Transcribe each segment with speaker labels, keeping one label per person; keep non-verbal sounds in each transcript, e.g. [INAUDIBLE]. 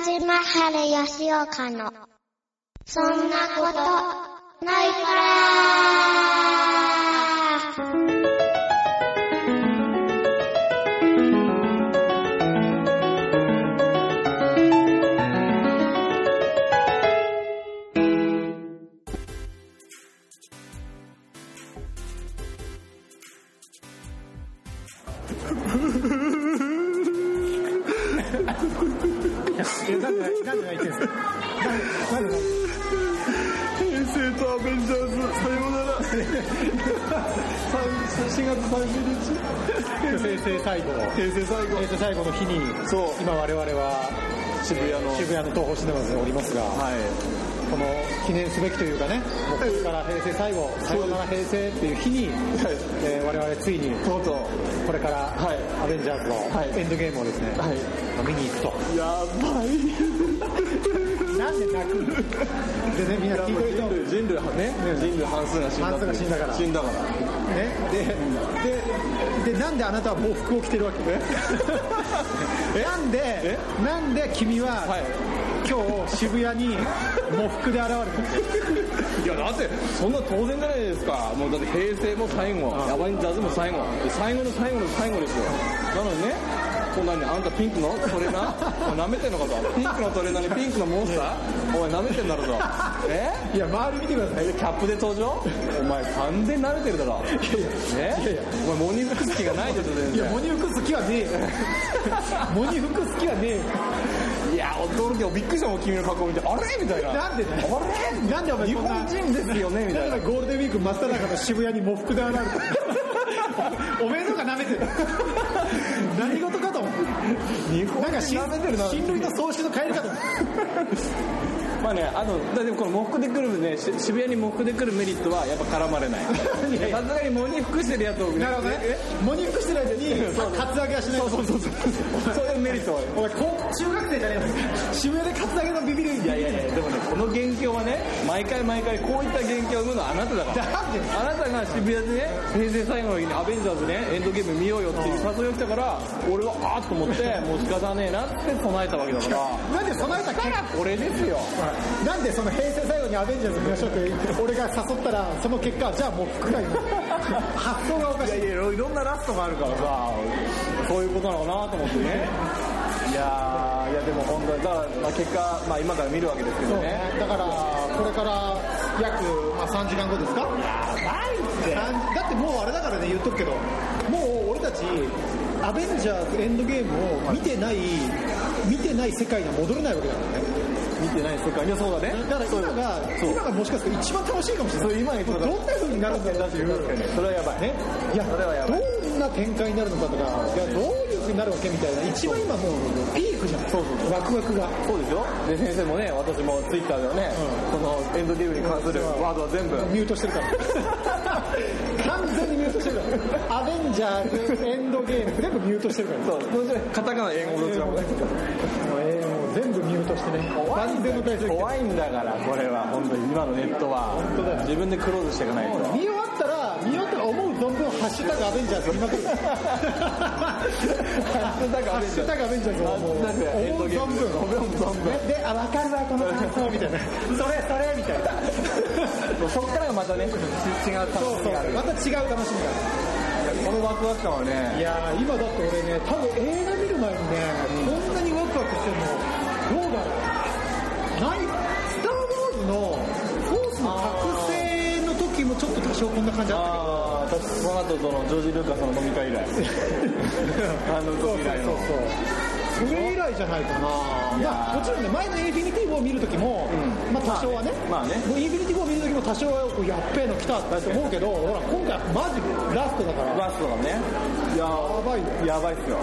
Speaker 1: 原義岡の、そんなこと、ないから
Speaker 2: え、なんで、なんで泣いてんす [LAUGHS] かなんなんで泣いてんす
Speaker 3: 平成とアベンジャーズさようなら4月30
Speaker 2: か平成最後。
Speaker 3: 日平成最後
Speaker 2: 平成最後の日に、
Speaker 3: そう
Speaker 2: 今我々は
Speaker 3: 渋谷の
Speaker 2: 渋谷の東宝シネマズにおりますが、
Speaker 3: はい
Speaker 2: この記念すべきというかね、もうこれから平成最後、さようなら平成っていう日に、
Speaker 3: はい
Speaker 2: えー我々ついに、
Speaker 3: とうとう
Speaker 2: これから、
Speaker 3: はい
Speaker 2: アベンジャーズ
Speaker 3: はい
Speaker 2: のエンドゲームをですね、
Speaker 3: はい
Speaker 2: 見に行くと。
Speaker 3: やばい
Speaker 2: なんで泣くのでね、みんな聞いてる
Speaker 3: 人
Speaker 2: 人、ね、
Speaker 3: 類人類はね
Speaker 2: ね
Speaker 3: 人類半数が死んだ
Speaker 2: 半数が死んだから
Speaker 3: 死んだから
Speaker 2: で、で、で、なんであなたは喪服を着てるわけ [LAUGHS] なんで、なんで君は、
Speaker 3: はい
Speaker 2: 今日渋谷に喪服で現
Speaker 3: いやだってそんな当然じゃないですかもうだって平成も最後アベンジャーズも最後で最後の最後の最後ですよなのにねこんなにあんたピンクのトレーナーお前舐めてんのかとピンクのトレーナーにピンクのモンスターお前舐めてんだろとえ
Speaker 2: れてるいや周り見てください
Speaker 3: えキャップで登場お前完全に慣れてるだろね
Speaker 2: いやいや
Speaker 3: お前モニフクスキがないでしょ全
Speaker 2: いや
Speaker 3: 然
Speaker 2: モニ服好きはねえよモニ服好きはねえよ
Speaker 3: いや驚きびっくりしたもん君の格好見てあれみたいな
Speaker 2: なんでだよ
Speaker 3: あれ
Speaker 2: なんでお前
Speaker 3: 日
Speaker 2: こんな
Speaker 3: 本人ですよねみたい
Speaker 2: な
Speaker 3: なん
Speaker 2: でお前ゴールデンウィーク真っ只中の渋谷に喪服で現れるおめえのが舐めてる何事かと思う
Speaker 3: 日本
Speaker 2: なんか
Speaker 3: 人
Speaker 2: 新
Speaker 3: 舐めてるな
Speaker 2: 親類の総司の帰りかと思う
Speaker 3: まあね、あの、だでもこの喪服で来るね、し渋谷に喪服で来るメリットはやっぱ絡まれない。
Speaker 2: いやいや
Speaker 3: さすがに喪に服してるやつを、
Speaker 2: なるほどね
Speaker 3: え
Speaker 2: モニ服してない間に
Speaker 3: そうそう
Speaker 2: カツアゲはしない
Speaker 3: そうそうそうそう。そういうメリットは。
Speaker 2: お前高中学生じゃねえよ渋谷でカツアゲのビビる
Speaker 3: いやいやいや、でもね、この元凶はね、毎回毎回こういった元凶を生むのはあなただから。
Speaker 2: なんで
Speaker 3: あなたが渋谷でね、平成最後の日にアベンジャーズね、エンドゲーム見ようよっていう誘いが来たから、俺はあーっと思って、 [LAUGHS] もう仕方ねえなって備えたわけだか
Speaker 2: なん
Speaker 3: ら。
Speaker 2: で備えた結果
Speaker 3: 俺ですよ。
Speaker 2: なんでその平成最後にアベンジャーズ見ましょうって俺が誘ったらその結果はじゃあもう服がいい発想がおかしい
Speaker 3: いやいやいろんなラストがあるからさそういうことなのかなと思ってねいやーいやでも本当にだから、まあ、結果、まあ、今から見るわけですけど
Speaker 2: そう
Speaker 3: ね
Speaker 2: ね、だからこれから約、まあ、3時間後ですか三だってもうあれだからね言っとくけどもう俺たちアベンジャーズエンドゲームを見てない見てない世界には戻れないわけだからね
Speaker 3: 見てない世界いやそうだね
Speaker 2: だから今が
Speaker 3: そう
Speaker 2: 今がもしかすると一番楽しいかもしれ
Speaker 3: そ
Speaker 2: な
Speaker 3: う
Speaker 2: い
Speaker 3: 今が一番楽しい
Speaker 2: どんな風になるんだろうってい
Speaker 3: 確かに
Speaker 2: う
Speaker 3: それはやばいね
Speaker 2: いや
Speaker 3: それはやばい
Speaker 2: どんな展開になるのかとかいやどういう風になるわけみたいな一番今もうピークじゃん
Speaker 3: そうそうそう
Speaker 2: ワクワクが
Speaker 3: そうでしょで先生もね私もツイッターではね、このエンドゲームに関するワードは全部
Speaker 2: ミュートしてる [LAUGHS] から完全にミュートしてるからアベンジャーズエンドゲーム全部ミュートしてるから
Speaker 3: そうそしてカタカナ英語どちらもね
Speaker 2: えーもう全部ミュートしてね完全の体制
Speaker 3: 怖いんだからこれは本当に今のネットは
Speaker 2: 当だよ
Speaker 3: 自分でクローズしていかないと
Speaker 2: 見終わったら見終わったら思う存分「ハッシュタグアベンジャーズ」言いまくるハッ
Speaker 3: ッシュタグアベンジャーズ
Speaker 2: シュタグアベンジャーズをもう
Speaker 3: なんかエン
Speaker 2: 思
Speaker 3: ド
Speaker 2: う
Speaker 3: ゲー
Speaker 2: 存
Speaker 3: ム
Speaker 2: 分
Speaker 3: 思う存分
Speaker 2: で、あ、わかるわ、この感想みたいな。それ、それみたいな。
Speaker 3: そこからがまたね、違う楽
Speaker 2: そう
Speaker 3: し
Speaker 2: そ
Speaker 3: みがあ
Speaker 2: う、
Speaker 3: る。
Speaker 2: また違う楽しみがある。
Speaker 3: このワクワク感はいね、
Speaker 2: やー今だって俺ね多分映画見る前にね、こんなにワクワクしてるのどうだろうないスター・ウォーズの「フォースの覚醒」の時もちょっと多少こんな感じあっ
Speaker 3: ああ、私、その後、その、ジョージ・ルーカスの飲み会以来。あの
Speaker 2: たけど
Speaker 3: 時以来の。
Speaker 2: そうそれ以来じゃないかなまあもちろんね前の「インフィニティ・ウォー」見る時も、まあ多少はね,、
Speaker 3: まあねまあね
Speaker 2: もうインフィニティ・ウォー見る時も多少はこうやっべえの来たって思うけどほら今回マジラストだから
Speaker 3: ラストがね、いや
Speaker 2: やばいよ
Speaker 3: やばいっすよ。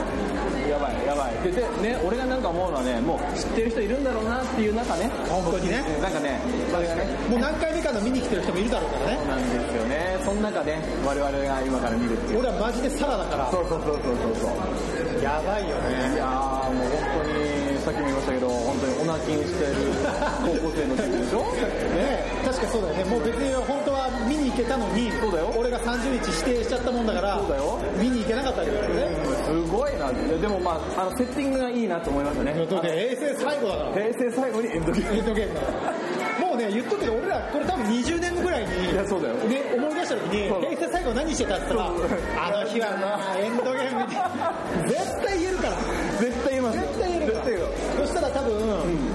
Speaker 3: やばい、やばい。で、でね、俺がなんか思うのはね、もう知ってる人いるんだろうなっていう中ね、
Speaker 2: 本当にね
Speaker 3: なんかね、それがね、
Speaker 2: もう何回目かの見に来てる人もいるだろうからね
Speaker 3: なんですよね。その中で、我々が今から見るっていう。
Speaker 2: 俺はマジでサラだから
Speaker 3: そうそうそうそうそうそう。
Speaker 2: やばいよね
Speaker 3: いやーもう本当にさっきも言いましたけど本当に同じ金してる高校生の自分でしょ
Speaker 2: ね確かそうだよねもう別に本当は見に行けたのに
Speaker 3: そうだよ
Speaker 2: 俺が30日指定しちゃったもんだから
Speaker 3: そうだよ
Speaker 2: 見に行けなかったわけだよね、
Speaker 3: すごいないやでもまああのセッティングがいいなと思いましたね
Speaker 2: だって衛星最後だから
Speaker 3: 平成最後にエンドゲーム
Speaker 2: エンドゲームだからもうね言っとくけど俺らこれ多分20年後ぐらいに
Speaker 3: いやそうだよ
Speaker 2: で思い出した時に
Speaker 3: そう
Speaker 2: 平成最後何してたって言ったら
Speaker 3: そう
Speaker 2: あの日はなエンドゲームで絶対言えるから
Speaker 3: 絶対言いますよ
Speaker 2: 絶対言える
Speaker 3: 絶
Speaker 2: か
Speaker 3: 対言うよ
Speaker 2: そしたら多分、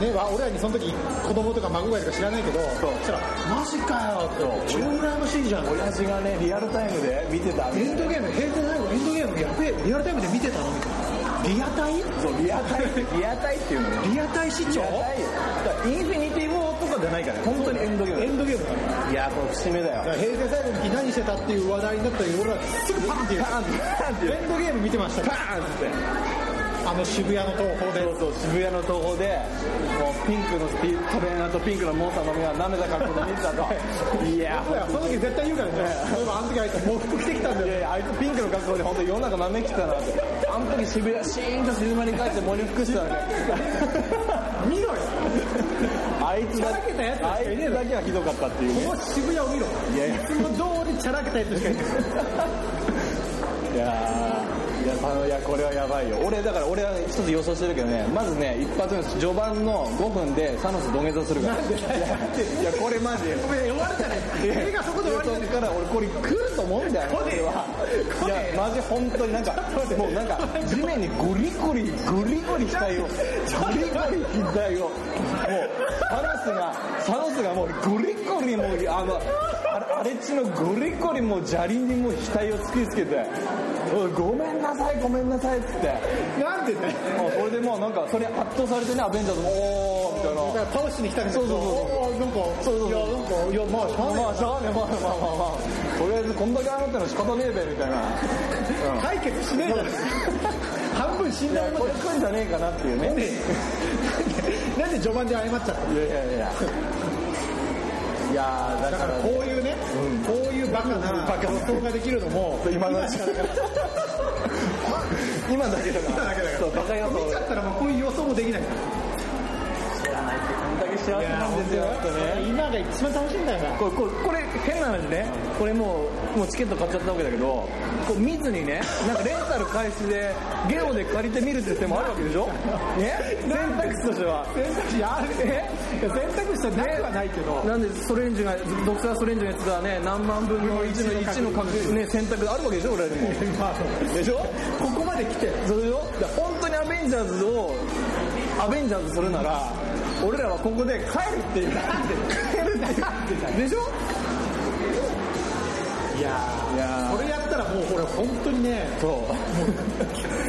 Speaker 2: ねわ俺らにその時子供とか孫がいるか知らないけどそ
Speaker 3: そう
Speaker 2: したらマジかよって超羨ましいじゃん
Speaker 3: 親父がねリアルタイムで見てた
Speaker 2: エンドゲーム平成最後エンドゲームやべえリアルタイムで見てたのみたいなリアタイ
Speaker 3: そうリアタイリアタイっていうのね
Speaker 2: リアタイ視
Speaker 3: リ
Speaker 2: 聴
Speaker 3: アタイだからインフィニティウォーとかじゃないからね本当にエンドゲーム
Speaker 2: エンドゲーム
Speaker 3: いやこれ節目だ
Speaker 2: だから
Speaker 3: よ
Speaker 2: 平成最後の時何してたっていう話題になった時俺らすぐパンって言う
Speaker 3: パーンってパーンって
Speaker 2: エンドゲーム見てました
Speaker 3: パーンって
Speaker 2: あの渋谷の東宝で
Speaker 3: そうそう渋谷の東宝でもうピンクのスピトレーナーとピンクのモンスターのみが舐めた格好で見てたといや
Speaker 2: 俺らその時絶対言うからねそういえばあの時あいつ喪服着てきたんだよ
Speaker 3: いやいやあいつピンクの格好で本当世の中舐めきってたなってあの時渋谷シーンと静まり返って森服してたね
Speaker 2: 見ろよ
Speaker 3: あいつだ
Speaker 2: ふざけたやつしか
Speaker 3: あいつだけはひどかったっていうね
Speaker 2: この渋谷を
Speaker 3: [LAUGHS]
Speaker 2: 見ろ
Speaker 3: いやいや
Speaker 2: いつも通りチャラけたやつしかいない
Speaker 3: いやーいやあのいやこれはやばいよ俺だから俺は一つ予想してるけどねまずね一発目序盤の5分でサノス土下座するからいやいやこれマジ
Speaker 2: ごめん終わるじゃない映画そこで終わりじゃない
Speaker 3: いやだから俺これ来ると思うんだよ
Speaker 2: 来ねえわ
Speaker 3: いやマジ本当になんかもうなんか地面にゴリゴリゴリゴリ額をゴリゴリ額をもうサノスがサノスがもうゴリゴリもうあのあれ荒地のゴリゴリもう砂利にもう額を突きつけておいごめんなさいごめんなさいっつって
Speaker 2: なんでね
Speaker 3: もうそれでもうなんかそれ圧倒されてねアベンジャーズもおーみたいな
Speaker 2: だから倒しに来たんだけど
Speaker 3: そうそう
Speaker 2: おーなんか
Speaker 3: そうそうそう
Speaker 2: いやなんかいやまあしゃあねえ
Speaker 3: まあしゃあねえまあまあまあまあとりあえずこんだけ余ったの仕方ねえべみたいな、うん
Speaker 2: 解決しねえだろ [LAUGHS] 半分死ん
Speaker 3: い
Speaker 2: だ
Speaker 3: や
Speaker 2: も
Speaker 3: こ
Speaker 2: ん
Speaker 3: れ来るんじゃねえかなっていうね
Speaker 2: なんで序盤で謝っちゃったの
Speaker 3: いやいやいやいやーだ
Speaker 2: だ
Speaker 3: か
Speaker 2: から
Speaker 3: ら
Speaker 2: こういうね、こういうバカな
Speaker 3: バカ
Speaker 2: 予想ができるのも
Speaker 3: 今だけ
Speaker 2: しかなかった
Speaker 3: 今だけだ
Speaker 2: 今
Speaker 3: か
Speaker 2: だけだから
Speaker 3: らそうバカ予想
Speaker 2: 見ちゃったらもうこういう予想もできない
Speaker 3: こんだけ幸せ
Speaker 2: いや
Speaker 3: なんですよ
Speaker 2: 本当ね今が一番楽しいんだよな
Speaker 3: これこれこれ変な話ねこれもうもうチケット買っちゃったわけだけどこう見ずにねなんかレンタル開始でゲオで借りてみるって手もあるわけで [LAUGHS] しょね選択肢としては
Speaker 2: 選択肢あるね選択肢はなくはないけど
Speaker 3: なんでストレンジがドクターストレンジのやつがね何万分の1の1の確率ね選択があるわけでしょ俺らにも
Speaker 2: まあ
Speaker 3: でしょ
Speaker 2: ここまで来て
Speaker 3: そうでしょだから本当にアベンジャーズをアベンジャーズするなら俺らはここで帰るっていう帰るっていうでしょ
Speaker 2: いや
Speaker 3: いや
Speaker 2: これやったらもうこれ本当にね
Speaker 3: ーそう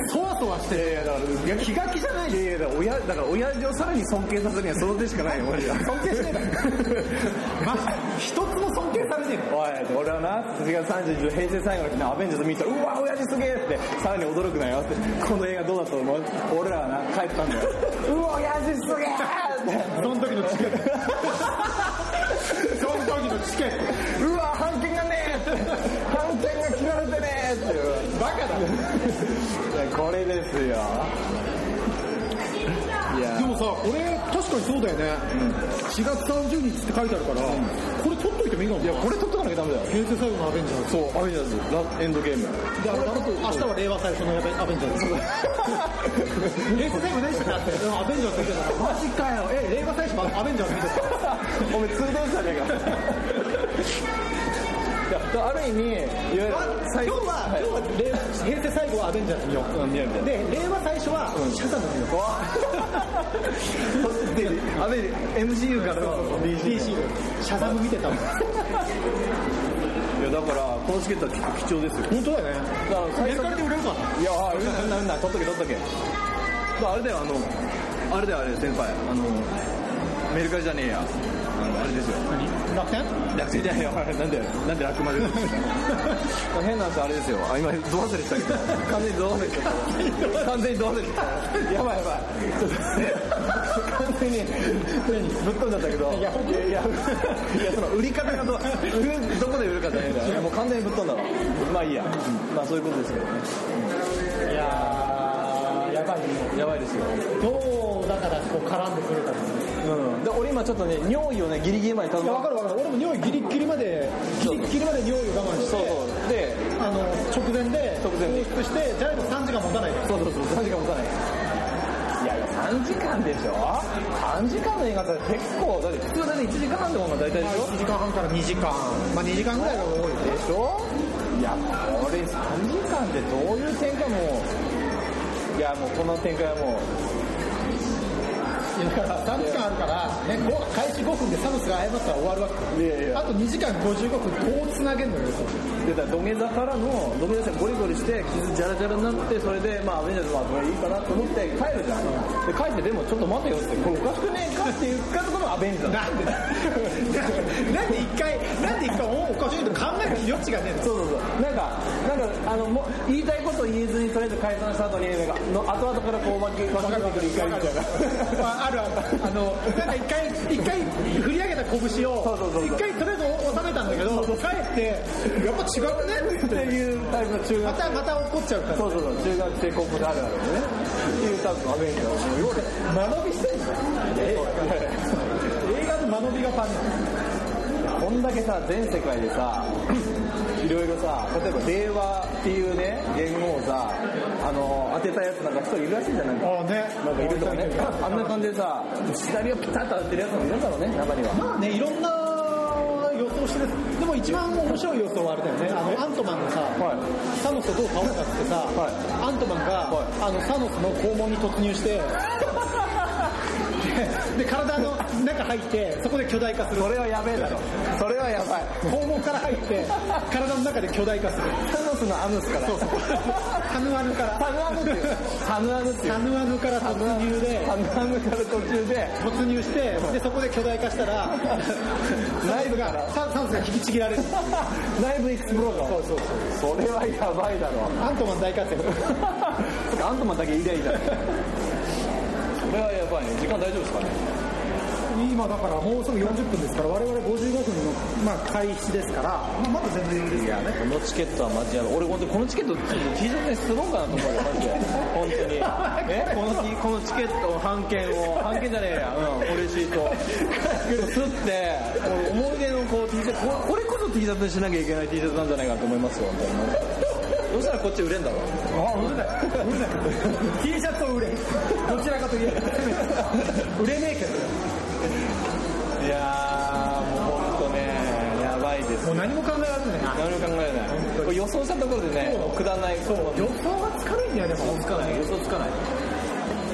Speaker 3: そわそわしていやいやだからいや気が気じゃないいやいやだから親だから親父をさらに尊敬させるにはその手しかないよマジで尊敬して
Speaker 2: まあ一つも尊敬されねえの
Speaker 3: おい、俺はな、7月31日、平成最後の日のアベンジャーズ見たら、うわ、親父すげえって、さらに驚くなよって、この映画どうだと思う俺らはな、帰ったんだよ。うわ、親父すげえ
Speaker 2: そ
Speaker 3: っ
Speaker 2: の時のチケ
Speaker 3: [LAUGHS]
Speaker 2: ットその時のチケット
Speaker 3: て、うわ、半券がねえって、半券が切られてねえっていう。バカだいや、これですよ。いや
Speaker 2: で、もさ、これ確かにそうだよね。4月30日って書いてあるから、これ取っといてもいいかも。いや、
Speaker 3: これ取っとかなきゃダメだよ。
Speaker 2: 平成最後のアベンジャーズ。
Speaker 3: そう、アベンジャーズ、ラスエンドゲーム。
Speaker 2: で、あの明日は令和最初のアベンジャーズ。 [LAUGHS] 平成最後何してたって、アベンジャーズ見てたマジかよ。え、令和最初のアベンジャーズ見て
Speaker 3: お前通電したねえかいやだからある意味いわゆる
Speaker 2: た。今日は、今日は令和平成最後はアベンジャーズ見よ
Speaker 3: 日は見えるみた
Speaker 2: う。で、令和最初は、シャザム見よう。
Speaker 3: なあれ MCU からの
Speaker 2: DC のシャザム見てたもん。
Speaker 3: いやだからこのチケットは結構貴重ですよ
Speaker 2: 本当だよね。
Speaker 3: だから
Speaker 2: メ
Speaker 3: 最
Speaker 2: ル
Speaker 3: 初
Speaker 2: カリで売れるかない
Speaker 3: やあうんなうんな取っとけ取っとけだからあれだよあのあれだよあれ先輩あのメルカリじゃねえやあのあれですよ
Speaker 2: 楽天
Speaker 3: 楽天じゃねえよなんでなんで楽まで変な話あれですよあ今ど忘れてたけど完全にど忘れてた完全にど忘れてたやばいやばい完全にぶっ飛んじゃったけどいやいやいやその売り方がど売るどこで売るかじゃねえんだよもう完全にぶっ飛んだわまあいいや、まあそういうことですけどね
Speaker 2: いやー、やばいね。
Speaker 3: やばいですよ
Speaker 2: どううだからこう絡んでくれたりする
Speaker 3: うん、で俺今ちょっとね尿意をねギリギリまで頼
Speaker 2: いや分かる分かる俺も匂いギリッギリまでギリッギリまで匂いを我慢して
Speaker 3: そうそうで
Speaker 2: あの直前で
Speaker 3: 直前で
Speaker 2: 放出してじゃないと3時間持たないで
Speaker 3: そうそうそう3時間もたないいやいや3時間でしょ3時間の映画って結構だって普通だって1時間半でもんが大体でしょ
Speaker 2: 1時間半から2時間まあ2時間ぐらいが多いで
Speaker 3: でしょいやこれ3時間ってどういう展開もういやもうこの展開はも
Speaker 2: だから3時間あるから、ね、ご開始5分でサムスが謝ったら終わるわ
Speaker 3: ういやい
Speaker 2: けあと2時間55分こうつなげんのよ
Speaker 3: でだから土下座からの土下座してゴリゴリして傷ジャラジャラになってそれでまあアベンジャーズまあこれいいかなと思って帰るじゃんで帰ってでもちょっと待てよってこれおかしくねえかって言ったところがアベンジャーズ
Speaker 2: なんで [LAUGHS] なんで一回なんで一回おおかしいと考える余地がねえの
Speaker 3: そうそうそうなんかなんかあのもう言いたいことを言えずにとりあえず解散した後になんかの後々からこう巻き込まれてくる一回みたいな
Speaker 2: ああるあるあのなんか一回一回振り上げた拳を
Speaker 3: そうそうそうそう
Speaker 2: 一回とりあえず収めたんだけど帰ってやっぱ違くね
Speaker 3: っていうタイプの中
Speaker 2: ま
Speaker 3: 学
Speaker 2: たまた怒っちゃうから
Speaker 3: そうそうそう中学生高校であるあるねっていうタイプのアベンジャーズもう
Speaker 2: 間延びしてんじゃん映画の間延びがパン
Speaker 3: こんだけさ全世界でさいろいろさ例えば令和っていうね言語をさあの当てたやつなんか一人いるらしいじゃないか
Speaker 2: ああね
Speaker 3: なんかいるとかねあんな感じでさシナリオピタッと当てるやつもいるんだろうね中には
Speaker 2: まあね、いろんな予想してる。でも一番面白い予想はあれだよね。あの、アントマンのさ、サノスをどう倒したってさ、
Speaker 3: は
Speaker 2: アントマンが、
Speaker 3: は
Speaker 2: あの、サノスの肛門に突入して、で、体の中入って、そこで巨大化する。
Speaker 3: それはやべえだろそれはやばい
Speaker 2: 肛門から入って、体の中で巨大化する。
Speaker 3: サノスのアムスから
Speaker 2: そうそう。タヌアヌから。
Speaker 3: タヌアムっていうタヌアムっていう
Speaker 2: タヌアヌから突入で、
Speaker 3: タヌアムから途中で
Speaker 2: 突入して、で、そこで巨大化したら、ライブが、ササノスが引きちぎられる。
Speaker 3: 内部エクスプロージョンそうそうそうそれはやばいだろ
Speaker 2: アントマン大活躍。
Speaker 3: そっかアントマンだけ言いりゃいいだろそれはやばいね時間大丈夫ですかね
Speaker 2: 今だからもうすぐ40分ですから我々55分の、まあ、開始ですから、まあ、まだ全然余裕ですからね
Speaker 3: このチケットはマジやばい俺本当にこのチケットちょっと T シャツにすろうかなと思うよマジで本
Speaker 2: [LAUGHS]
Speaker 3: 当にえこの T- このチケット半券を半券じゃねえやうんこれシートすってこの思い出のこう T シャツここれこそ T シャツにしなきゃいけない T シャツなんじゃないかと思いますよ本当にマジでどうしたらこっち売れんだろう
Speaker 2: あ売れない売れない T シャツを売れどちらかといえば売れねえけど
Speaker 3: いやーもう本当ねやばいです
Speaker 2: もう何も考えられないな
Speaker 3: 何も考えないこれ予想したところでね
Speaker 2: そう
Speaker 3: くだらないそう
Speaker 2: 予想がつかないんだよでも予想
Speaker 3: つかない予想つかない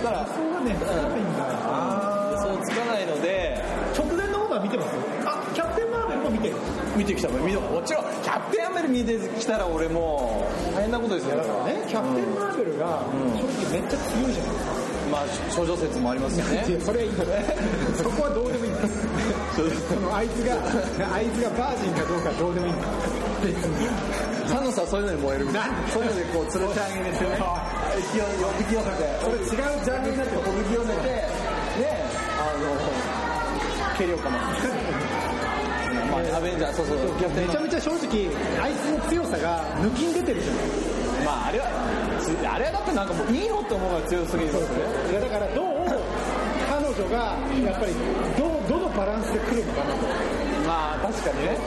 Speaker 3: だから
Speaker 2: がねつかないんだよな
Speaker 3: 予想つかないので
Speaker 2: 直前の方が見てますよあキャプテンマーベルも見てる
Speaker 3: 見てきたもん見てもちろんキャプテンアメル見てきたら俺もう大変なことですよ
Speaker 2: だからねキャプテンマーベルが正直めっちゃ強いじゃない
Speaker 3: まあ少女説もありますよね
Speaker 2: いやそれはいいんだねそこはどうでもいいんだそのあいつがあいつがバージンかどうかどうでもいいんだ別に
Speaker 3: サノスはそういうのに燃えるみたいなそういうのでこう連れてあげるんですよね息を引き寄せて
Speaker 2: それ違うジャンルになってる
Speaker 3: おびき寄せてねあの蹴りをかますまあねアベンジャーそうそうキャプテン
Speaker 2: めちゃめちゃ正直あいつの強さが抜きん出てるじゃん
Speaker 3: まああれはつあれはだってなんかもういいよって思うのが強すぎるんですよね
Speaker 2: いやだからどう彼女がやっぱりどうどのバランスで来るのかなと
Speaker 3: まあ確かにね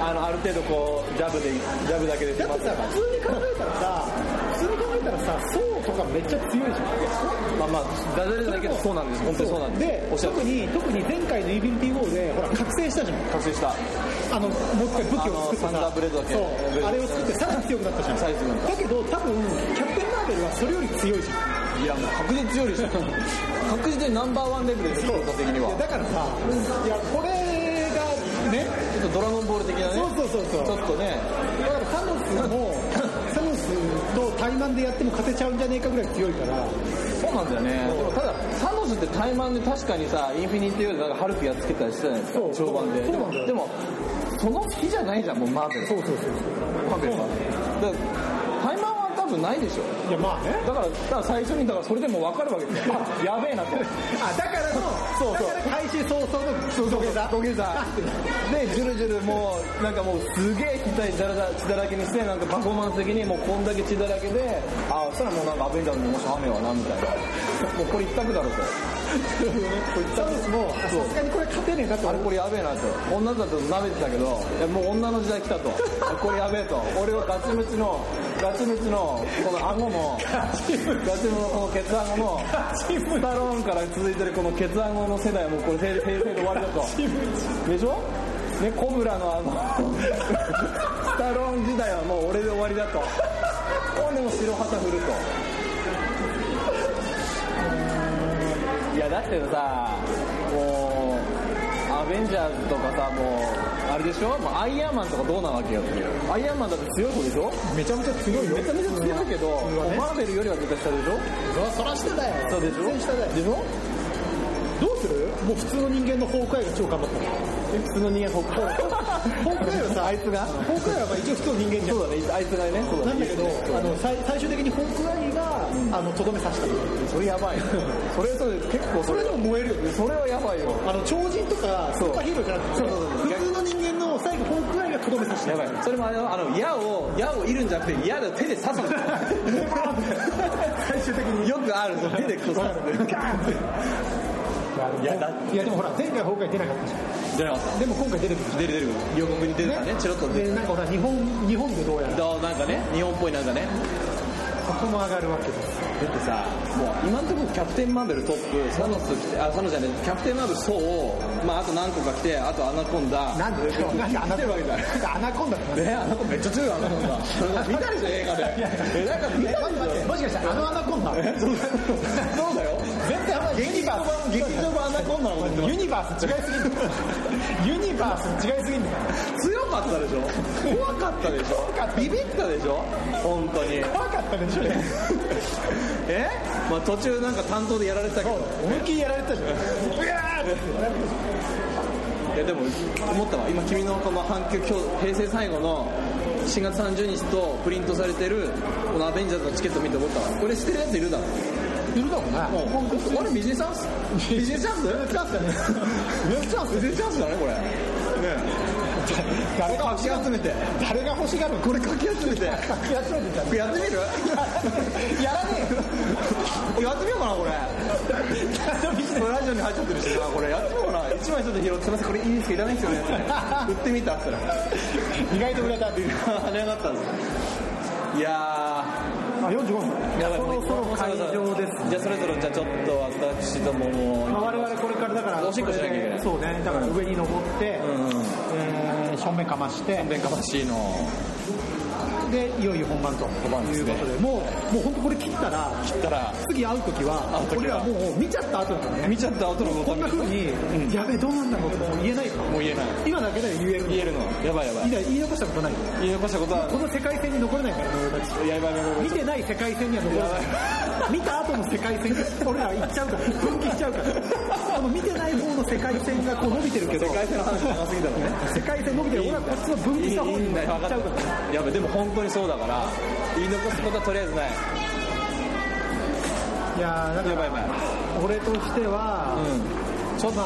Speaker 3: あのある程度こうジャブでジャブだけで
Speaker 2: だってさ普通に考えたらさ普通に考えたらさそうとかめっちゃ強いじゃん
Speaker 3: まあまあ、ダジャレじゃないけど、そうなんです。本当にそうなんです。おっしゃる
Speaker 2: 特に特に前回の EVP4 でほら覚醒したじゃん
Speaker 3: 覚醒した。
Speaker 2: あのもう一回武器を作ってさ
Speaker 3: あのサンダーブレードだっけ
Speaker 2: そうあれを作ってさらに強くなったじゃん
Speaker 3: さらに強くなった
Speaker 2: だけど多分キャプテンマーベルはそれより強いじゃん
Speaker 3: いや、もう確実よりでしょ。確実にナンバーワンレベルです、効果的には。
Speaker 2: だからさいやこれがね
Speaker 3: ちょっとドラゴンボール的なね。
Speaker 2: そうそうそうそ
Speaker 3: ち
Speaker 2: う
Speaker 3: ょっとね、
Speaker 2: だからサノスもサノスと対マンでやっても勝てちゃうんじゃねえかぐらい強いから
Speaker 3: そうなんだよね。でもただ、サノスって怠慢で確かにさ、インフィニティよりなんかハルクやっつけたりしてたじゃないですか
Speaker 2: そう、
Speaker 3: 序盤で。
Speaker 2: そう
Speaker 3: で
Speaker 2: なん
Speaker 3: も
Speaker 2: だよ、
Speaker 3: でもその日じゃないじゃん、もうマーベル。
Speaker 2: そうそうそう
Speaker 3: マーベルは。だから、怠慢は多分ないでしょ。
Speaker 2: いやまあね
Speaker 3: だ [LAUGHS] から、だから最初に、だからそれでもう分かるわけですよ。あやべえなって。
Speaker 2: あだからの
Speaker 3: そうそう
Speaker 2: だから配開始早々の
Speaker 3: そう土下座土下座でジュルジュルもうなんかもうすげえ額だらだ血だらけにしてなんかパフォーマンス的にもうこんだけ血だらけであそしたらもうなんかアベンジャーズの面白い雨はなみたいなもうこれ一択だろとこれ一択もう
Speaker 2: さすがにこれ勝てねえなと
Speaker 3: あ
Speaker 2: 思う
Speaker 3: れこれやべえなと女だと舐めてたけどいやもう女の時代来たとこれやべえと俺はガチムチのガチムチのこの顎もガチムチのこのケツ顎もスタローンから続いてるこのケツ顎の世代はもうこれ平成平成で終わりだとでしょねコブラのあのスタローン時代はもう俺で終わりだとほんでもう白旗振るといやだってさもうアベンジャーズとかさもうあれでしょもうアイアンマンとかどうなわけよっていうアイアンマンだって強い子でしょ
Speaker 2: めちゃめちゃ強いよ
Speaker 3: めちゃめちゃ強いけど、
Speaker 2: 普通は
Speaker 3: もう
Speaker 2: ね
Speaker 3: マーベルよりは絶対下でしょ
Speaker 2: そらしてだよ
Speaker 3: 下でしょ
Speaker 2: 全然下だよ
Speaker 3: でしょ
Speaker 2: どうするもう普通の人間の崩壊が超頑張 [LAUGHS] った
Speaker 3: え普通の人間北
Speaker 2: 崩壊はさ
Speaker 3: あいつが
Speaker 2: 崩壊はまあ一応普通の人間じゃん
Speaker 3: そうだねあいつがねそう
Speaker 2: な
Speaker 3: だ
Speaker 2: ん
Speaker 3: ね
Speaker 2: だけどあの最最終的にホークアイが、あのとどめさせた
Speaker 3: それやばいよそれそれ結構
Speaker 2: そ
Speaker 3: そ
Speaker 2: れ
Speaker 3: れ
Speaker 2: でも燃えるよね
Speaker 3: それはやばいよ
Speaker 2: [LAUGHS] あの超人とかス
Speaker 3: そう
Speaker 2: ーパーヒーローじゃなくて
Speaker 3: そうそうそう
Speaker 2: 普通の人間の最後ホークアイがとどめさせた
Speaker 3: やばいそれもあのあの矢を矢をいるんじゃなくて矢で手で刺すの
Speaker 2: 最終的に
Speaker 3: よくあるその手でこう刺す
Speaker 2: いやでもほら前回崩壊出なかったじ
Speaker 3: 出なかった
Speaker 2: ゃんでも今回出てくる
Speaker 3: 出る出る予告に出てたねチロッと出て
Speaker 2: でなんかほら日本日本でどうやら
Speaker 3: どうなんかね日本っぽいなんかね
Speaker 2: そこも上がるわけです
Speaker 3: だってさもう今のところキャプテンマーベルトップサノス来てあサノスじゃないキャプテンマーベルソウまああと何個か来てあとアナコンダ
Speaker 2: なんでなんでアナコンダなんかアナコンダって
Speaker 3: ねアナコンめっちゃ強いよアナコンダ見たでしょ映画でえなんか見た
Speaker 2: 待って待ってもしかしてあのアナコンダ
Speaker 3: そうだよ
Speaker 2: 全然あんまりユニバース劇場版アナコンダユニバース違いすぎるユニバース違いすぎる
Speaker 3: 強かったでしょ怖かったでしょビビったでしょ本当に
Speaker 2: 怖かったでしょ
Speaker 3: えまあ途中なんか担当でやられてたけど
Speaker 2: 思いっきりやられてたじゃんうわーって
Speaker 3: いやでも思ったわ今君のこの半球今日平成最後の4月30日とプリントされてるこのアベンジャーズのチケット見て思ったわこれしてるやついるだろ
Speaker 2: いるかもな
Speaker 3: もうあれビジネスチャンスビジネスチャンス
Speaker 2: チャンスだね
Speaker 3: ビジネスチャンスビジネスチャンスだねこれね
Speaker 2: 誰が
Speaker 3: かき集めて
Speaker 2: 誰が欲しがる
Speaker 3: これかき集めてや
Speaker 2: かき集めてた
Speaker 3: ってみる
Speaker 2: やらね
Speaker 3: やってみようかなこれこれラジオに入っちゃってるしなこれやってみようかな一枚ちょっと拾ってすいませんこれいいですかいらないですよね売ってみたっつったら
Speaker 2: え意外と売れたっていう
Speaker 3: 跳ね上がったんですいやー
Speaker 2: あ45分
Speaker 3: やばいもう
Speaker 2: そろそろ会場です
Speaker 3: じゃあそれぞれじゃあちょっと私どもも
Speaker 2: 我々これからだから
Speaker 3: おしっこしなきゃいけない
Speaker 2: そうねだから上に登って、えー正面かまして
Speaker 3: 弁かましいの
Speaker 2: でいよいよ本番と
Speaker 3: 番で
Speaker 2: い
Speaker 3: す
Speaker 2: う
Speaker 3: ね
Speaker 2: ことでもうもう本当これ切ったら
Speaker 3: だから
Speaker 2: 次会う時は
Speaker 3: 会う時は
Speaker 2: 俺らもう見ちゃった後だからね
Speaker 3: 見ちゃった後のボ
Speaker 2: こ
Speaker 3: タ
Speaker 2: ん
Speaker 3: ン
Speaker 2: な
Speaker 3: も
Speaker 2: 風に、やべえどうなんだろうってもう言えないから
Speaker 3: う言えない
Speaker 2: 今だけで言える
Speaker 3: 言えるのやばいやばい
Speaker 2: 言い残したことない
Speaker 3: 言い残したことは
Speaker 2: この世界線に残れないからね俺たち
Speaker 3: やばいやばいやばい
Speaker 2: 見てない世界線には残らない見た後の世界線に俺ら行っちゃうから分岐しちゃうからこの見てない方の世界線がこう伸びてるけど
Speaker 3: 世界線の話長すぎたのね
Speaker 2: 世界線伸びてる俺はこっちの分岐した方に行っちゃうから
Speaker 3: やばいでも本当にそうだから言い残すことはとりあえずない
Speaker 2: いやーだか
Speaker 3: やばいやばい
Speaker 2: ら俺としては、
Speaker 3: うんちょっと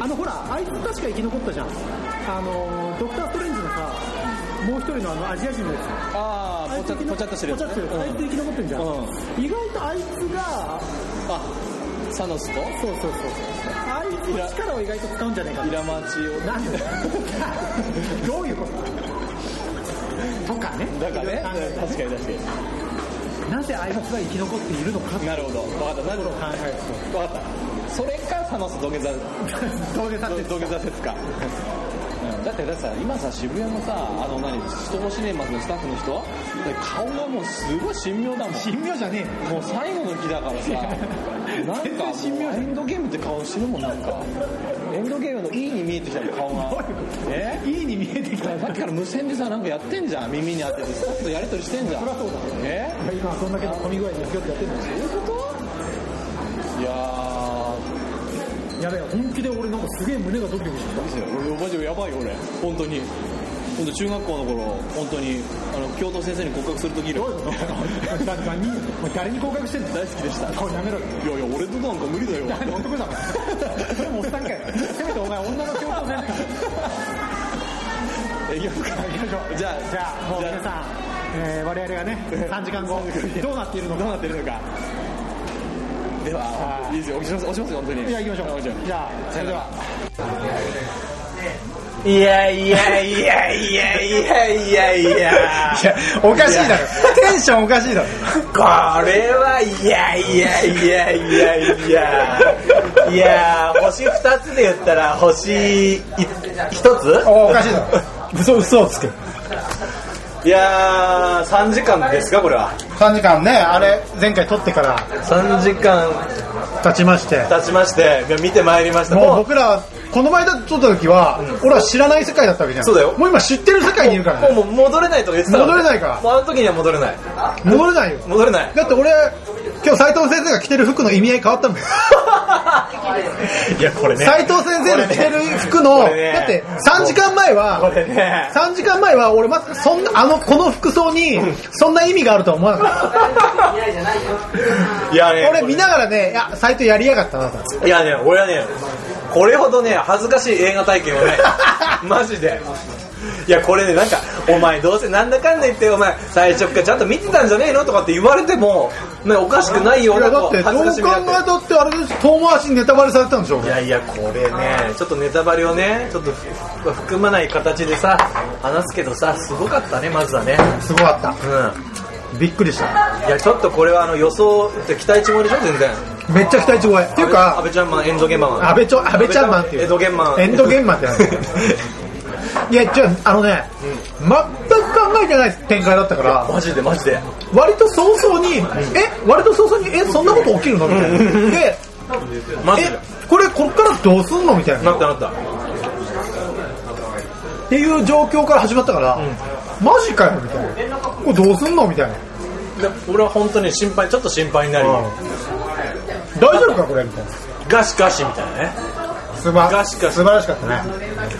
Speaker 2: あのほらあいつ確か生き残ったじゃんあのドクター・ストレンジのさもう一人のあのアジア人のやつ
Speaker 3: ああぽちゃっとぽちゃっとしてる
Speaker 2: ぽちゃっとしてるあいつ
Speaker 3: うん
Speaker 2: 生き残ってんじゃん、
Speaker 3: う
Speaker 2: 意外とあいつが
Speaker 3: あサノスと
Speaker 2: そうそうそうあいつの力を意外と使うんじゃないか
Speaker 3: イラマチを
Speaker 2: ななんでどういうこととかね
Speaker 3: だからね確かに確か
Speaker 2: なぜあいつは生き残っているのか
Speaker 3: になるほど分かったなるほど
Speaker 2: 考え
Speaker 3: 分かったそれかサノス土下座
Speaker 2: ると土下座って
Speaker 3: 土下座説かうんだってだってさ今さ渋谷のさあの何人星年末のスタッフの人顔がもうすごい神妙だもん
Speaker 2: 神妙じゃね
Speaker 3: もう最後の日だからさなんかもうエンドゲームって顔してるもんなんかエンドゲームの E に見えてきたよ顔がえ
Speaker 2: えいいに見えてきた
Speaker 3: さっきから無線でさなんかやってんじゃん耳に当ててスタッフとやりとりしてんじゃん
Speaker 2: そりゃそうだ
Speaker 3: え
Speaker 2: 今はどんだけの混み具合で勢いでやってるんだ
Speaker 3: どういうこといやー
Speaker 2: やべえ本気で俺なんかすげえ胸がドキドキしてきた
Speaker 3: 俺マジでやばいよ俺本当に本当中学校の頃本当にあの教頭先生に告白する時以来
Speaker 2: どういうことだ何もう誰に合格してんの
Speaker 3: 大好きでしたい
Speaker 2: 顔やめろよ
Speaker 3: やいや俺となんかの無理 [LAUGHS] だよ。
Speaker 2: 男だもん。それもおっさんかよ。せめてお前女の共闘戦だから。
Speaker 3: え、いや、じゃあ、
Speaker 2: じゃあ、もう皆さん、えー我々がね、3時間後、どうなっているのか。どうなっているのか。
Speaker 3: では、いいですよ。押します、押しますよ、本当に。
Speaker 2: じゃあ行きましょう。
Speaker 3: じゃ
Speaker 2: じゃあ、それでは。
Speaker 4: いやいやいやいやいやいやいや。
Speaker 5: いや、おかしいだろ。テンションおかしいだろ。
Speaker 4: これはいやいやいやいや
Speaker 3: [LAUGHS]
Speaker 4: いやいや星2つで言ったら星1つ
Speaker 5: おおかしいだろ。 [LAUGHS] 嘘、嘘をつけ。
Speaker 4: いやー3時間ですかこれは
Speaker 5: 3時間ね、あれ、前回撮ってから
Speaker 4: 3時間
Speaker 5: 経ちまして。
Speaker 4: 経ちまして見てまいりました
Speaker 5: もう
Speaker 4: もう
Speaker 5: 僕ら、この前だ撮った時は、俺は知らない世界だったわけじゃん。
Speaker 4: そうだよ
Speaker 5: もう今知ってる世界にいるからね。
Speaker 4: もうもう戻れないとか言ってた
Speaker 5: 戻れないから
Speaker 4: もうあの時には戻れない
Speaker 5: 戻れないよ。
Speaker 4: 戻れない
Speaker 5: だって俺、今日斉藤先生が着てる服の意味合い変わったんだよ。
Speaker 4: いやこれ
Speaker 5: 斉藤先生の着てる服の、
Speaker 4: これね
Speaker 5: だって3時間前
Speaker 4: こ
Speaker 5: は、
Speaker 4: れね
Speaker 5: 3時間前は俺まさかそんな、あの、この服装に、そんな意味があるとは思わなかっ
Speaker 4: いや
Speaker 5: た。
Speaker 4: ね
Speaker 5: 俺見ながらね、いや、斎藤やりやがったなと。
Speaker 4: いやね、俺はね、これほどね、恥ずかしい映画体験
Speaker 5: [LAUGHS]
Speaker 4: はない。マジで。いや、これね、なんか、お前どうせなんだかんだ言って、お前、最初からちゃんと見てたんじゃねえのとかって言われても、ね、おかしくないよ
Speaker 5: いうや、
Speaker 4: な
Speaker 5: だっ
Speaker 4: こう
Speaker 5: て、どう
Speaker 4: 恥
Speaker 5: 考
Speaker 4: ずかしみや
Speaker 5: えたってあれです、遠回しにネタバレされてたんでしょ
Speaker 4: いやいや、これね、ちょっとネタバレをね、ちょっとふ含まない形でさ、話すけどさ、すごかったね、まずはね。
Speaker 5: すごかっ
Speaker 4: う
Speaker 5: た。びっくりした。
Speaker 4: ん。いや、ちょっとこれはあの予想、期待値もでしょ、全然。
Speaker 5: めっちゃ期待値超え。っていう
Speaker 4: 安
Speaker 5: か、
Speaker 4: 倍ちゃんマン、エンドゲンマン。
Speaker 5: 安倍ちょ、安倍ちゃんマンっていう。
Speaker 4: エンドゲンマン。
Speaker 5: エンドゲンマンってなんだよいや、じゃあ、あのね、全く考えてない展開だったから、
Speaker 4: マジでマジで。
Speaker 5: 割と早々に、え、割と早々に、え、そんなこと起きるのみたいな。で、
Speaker 4: マジで。
Speaker 5: え、これこっからどうすんのみたいな。
Speaker 4: なったなった。
Speaker 5: っていう状況から始まったから、マジかよみたいな。これどうすんのみたいな。
Speaker 4: で俺は本当に心配ちょっと心配になり
Speaker 5: 大丈夫かこれみたいな。
Speaker 4: ガシガシみたいなね
Speaker 5: 素晴ら
Speaker 4: ガ
Speaker 5: し
Speaker 4: シ
Speaker 5: かった。
Speaker 4: ガシ
Speaker 5: 素晴らしかったね。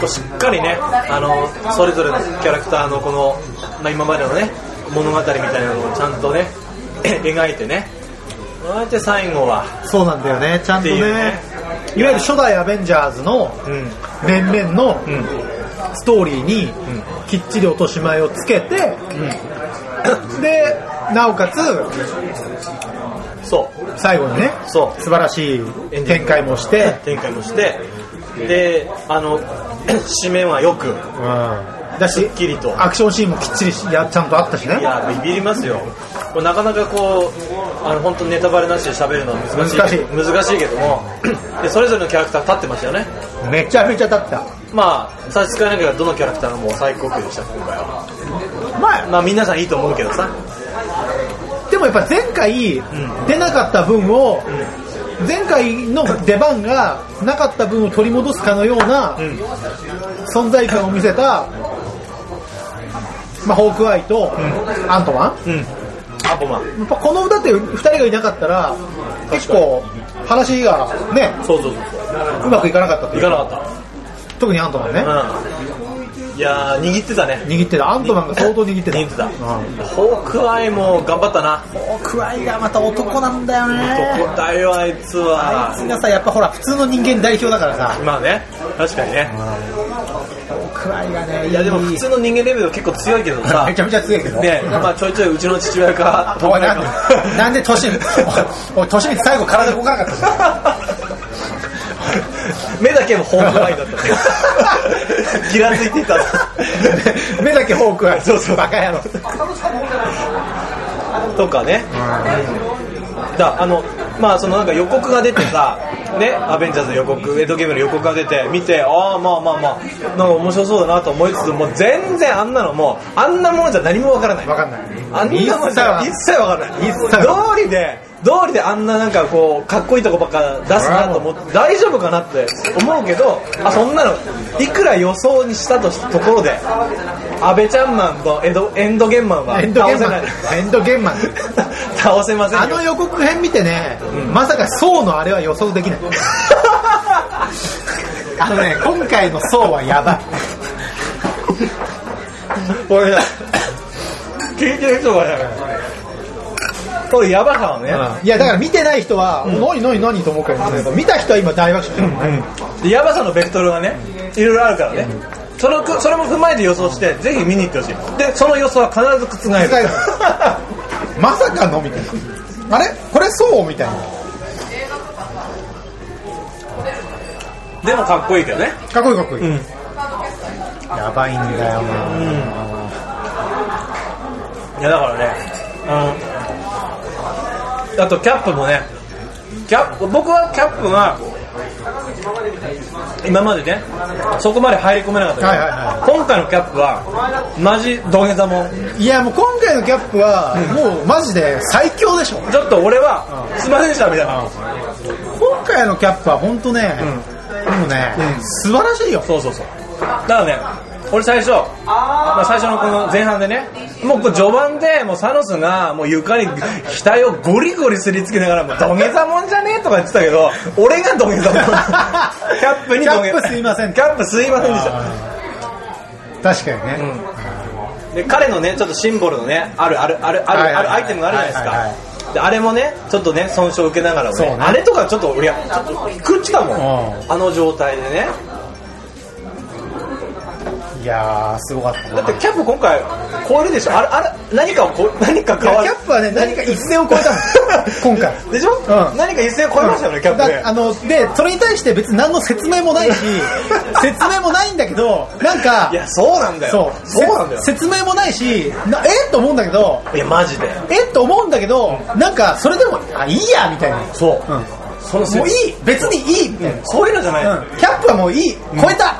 Speaker 4: こうしっかりねあのそれぞれのキャラクターのこの、まあ、今までのね物語みたいなのをちゃんとね [CLEARS THROAT] 描いてねそうやって最後は
Speaker 5: そうなんだよね。ちゃんとね、
Speaker 4: っ
Speaker 5: い
Speaker 4: ていう
Speaker 5: わ
Speaker 4: ね
Speaker 5: ゆる初代アベンジャーズの
Speaker 4: うん
Speaker 5: 面々の
Speaker 4: うん
Speaker 5: ストーリーにきっちり落とし前をつけて、で、なおかつ
Speaker 4: そ
Speaker 5: 最後にね、
Speaker 4: うそう
Speaker 5: 素晴らしい展開もして、
Speaker 4: 展開もしてであの [CLEARS THROAT] 締めはよく
Speaker 5: うん、だし、
Speaker 4: っきりと
Speaker 5: アクションシーンもきっちりしやちゃんとあったしね
Speaker 4: い。やビビりますよこれなかなかこうあの本当ネタバレなしで喋るのは難しい
Speaker 5: 難しい
Speaker 4: 難しいけども [CLEARS THROAT] でそれぞれのキャラクター立ってましたよね
Speaker 5: めちゃめちゃ立った。
Speaker 4: まあ差し支えなければどのキャラクターももう最高級でした今回は
Speaker 5: まあ、
Speaker 4: まあ皆さんいいと思うけどさ
Speaker 5: でもやっぱ前回出なかった分を、前回の出番がなかった分を取り戻すかのような存在感を見せた、まあ、ホークアイとアントマン。
Speaker 4: うんアポマン
Speaker 5: やっぱこの歌って2人がいなかったら、結構話がね、
Speaker 4: そうそうそう
Speaker 5: うまくいかなかったと
Speaker 4: そう
Speaker 5: い。
Speaker 4: いうかなか
Speaker 5: 特にアントマンね。
Speaker 4: ったうんいやー握ってたね
Speaker 5: 握ってた。アントマンが相当握ってた。
Speaker 4: 握ってた
Speaker 5: うん
Speaker 4: ホークアイも頑張ったな
Speaker 5: クワイがまた男なんだよ
Speaker 4: ど
Speaker 5: ね
Speaker 4: こだよあいつは
Speaker 5: あいつがさやっぱほら普通の人間代表だからさ
Speaker 4: まあね確かにね
Speaker 5: クワイがね
Speaker 4: いやでも普通の人間レベル結構強いけどさ
Speaker 5: めちゃめちゃ強いけど
Speaker 4: [LAUGHS] ねまあちょいちょいうちの父親か
Speaker 5: おいなんでなんで年におい年に最後体動かなかったじ
Speaker 4: [LAUGHS] 目だけもホークアイだったね [LAUGHS] ギラついていた
Speaker 5: ゃん目だけフォークアイそうそうバカ野郎
Speaker 4: とかねだあのまあそのなんか予告が出てさね、アベンジャーズの予告、エドゲームの予告が出て、見て、ああ、まあまあまあ、なんか面白そうだなと思いつつ、もう全然あんなのもう、あんなものじゃ何もわからない。
Speaker 5: わかんない
Speaker 4: あんなもんじゃ一切わからない。
Speaker 5: 一切わ
Speaker 4: 通りで、通りであんななんかこう、かっこいいとこばっか出すなと思って、大丈夫かなって思うけど、あ、そんなの、いくら予想にしたとしたところで、安倍ちゃんマンとエドエンドゲンマンは
Speaker 5: エンドゲン
Speaker 4: 倒せ
Speaker 5: マ
Speaker 4: ない。
Speaker 5: ンエンドゲンマン
Speaker 4: 倒せませんよ
Speaker 5: あの予告編見てね、まさか層のあれは予想で
Speaker 4: [LAUGHS]
Speaker 5: きないあのね今回の層はやばい
Speaker 4: これだ聞いてる人がねそういうヤバさをね、
Speaker 5: いやだから見てない人は、何何何と思うかもしれないけど見た人は今大爆笑してるもんね、
Speaker 4: でヤバさのベクトルがねいろいろあるからねそれをそれも踏まえて予想してぜひ見に行ってほしいでその予想は必ず覆る
Speaker 5: 覆るまさかのみたいなあれこれそうみたいな
Speaker 4: [LAUGHS] でもかっこいいけどね
Speaker 5: かっこいいかっこいい、
Speaker 4: ん
Speaker 5: やばいんだよな、
Speaker 4: いやだからねあのあとキャップもねキャップ僕はキャップが今までねそこまで入り込めなかったけど、
Speaker 5: はいはいは
Speaker 4: 今回のキャップはマジ土下座も
Speaker 5: いやもう今回のキャップは、もうマジで最強でしょ
Speaker 4: ちょっと俺はすいませんでしたみたいな、
Speaker 5: 今回のキャップは本当ね、でもね、素晴らしいよ
Speaker 4: そうそうそうだからね俺最初、まあ、最初のこの前半でねもうこう序盤でもうサノスがもう床に額をゴリゴリすりつけながらもう土下座もんじゃねえとか言ってたけど俺が土下座もん
Speaker 5: [LAUGHS]
Speaker 4: キャップに土下
Speaker 5: キャ
Speaker 4: 座
Speaker 5: ップすいません
Speaker 4: キャップすいませんでした
Speaker 5: 確かにね、
Speaker 4: で彼のねちょっとシンボルのねあるあるあるある,、
Speaker 5: はいはいはい
Speaker 4: あるアイテムがあるじゃないですか、
Speaker 5: はいはいは
Speaker 4: であれもねちょっとね損傷を受けながらもね
Speaker 5: そうね
Speaker 4: あれとかちょっと俺はちょっと食っちたも
Speaker 5: うん
Speaker 4: あの状態でね
Speaker 5: いやーすごかった
Speaker 4: だってキャップ今回超えるでしょあれあれ何かをこう何か
Speaker 5: い
Speaker 4: 変
Speaker 5: や
Speaker 4: わ
Speaker 5: キ
Speaker 4: る
Speaker 5: ャップはね何か一線を越え
Speaker 4: [LAUGHS]
Speaker 5: たの今回
Speaker 4: でしょ、
Speaker 5: うん
Speaker 4: 何か一線を超えましたよね、キャップね
Speaker 5: だあのでそれに対して別に何の説明も
Speaker 4: [LAUGHS]
Speaker 5: ないし説明もないんだけどなんか
Speaker 4: いやそうなんだ
Speaker 5: そ
Speaker 4: よ
Speaker 5: う
Speaker 4: そうなんだよ
Speaker 5: せ説明もないしなえっと思うんだけど
Speaker 4: いやマジで
Speaker 5: えっと思うんだけどなんかそれでもあいいやみたいな
Speaker 4: そう、
Speaker 5: うん
Speaker 4: その
Speaker 5: もういい別にいいみたいな
Speaker 4: そういうのじゃない、
Speaker 5: うんキャップはもういい超えた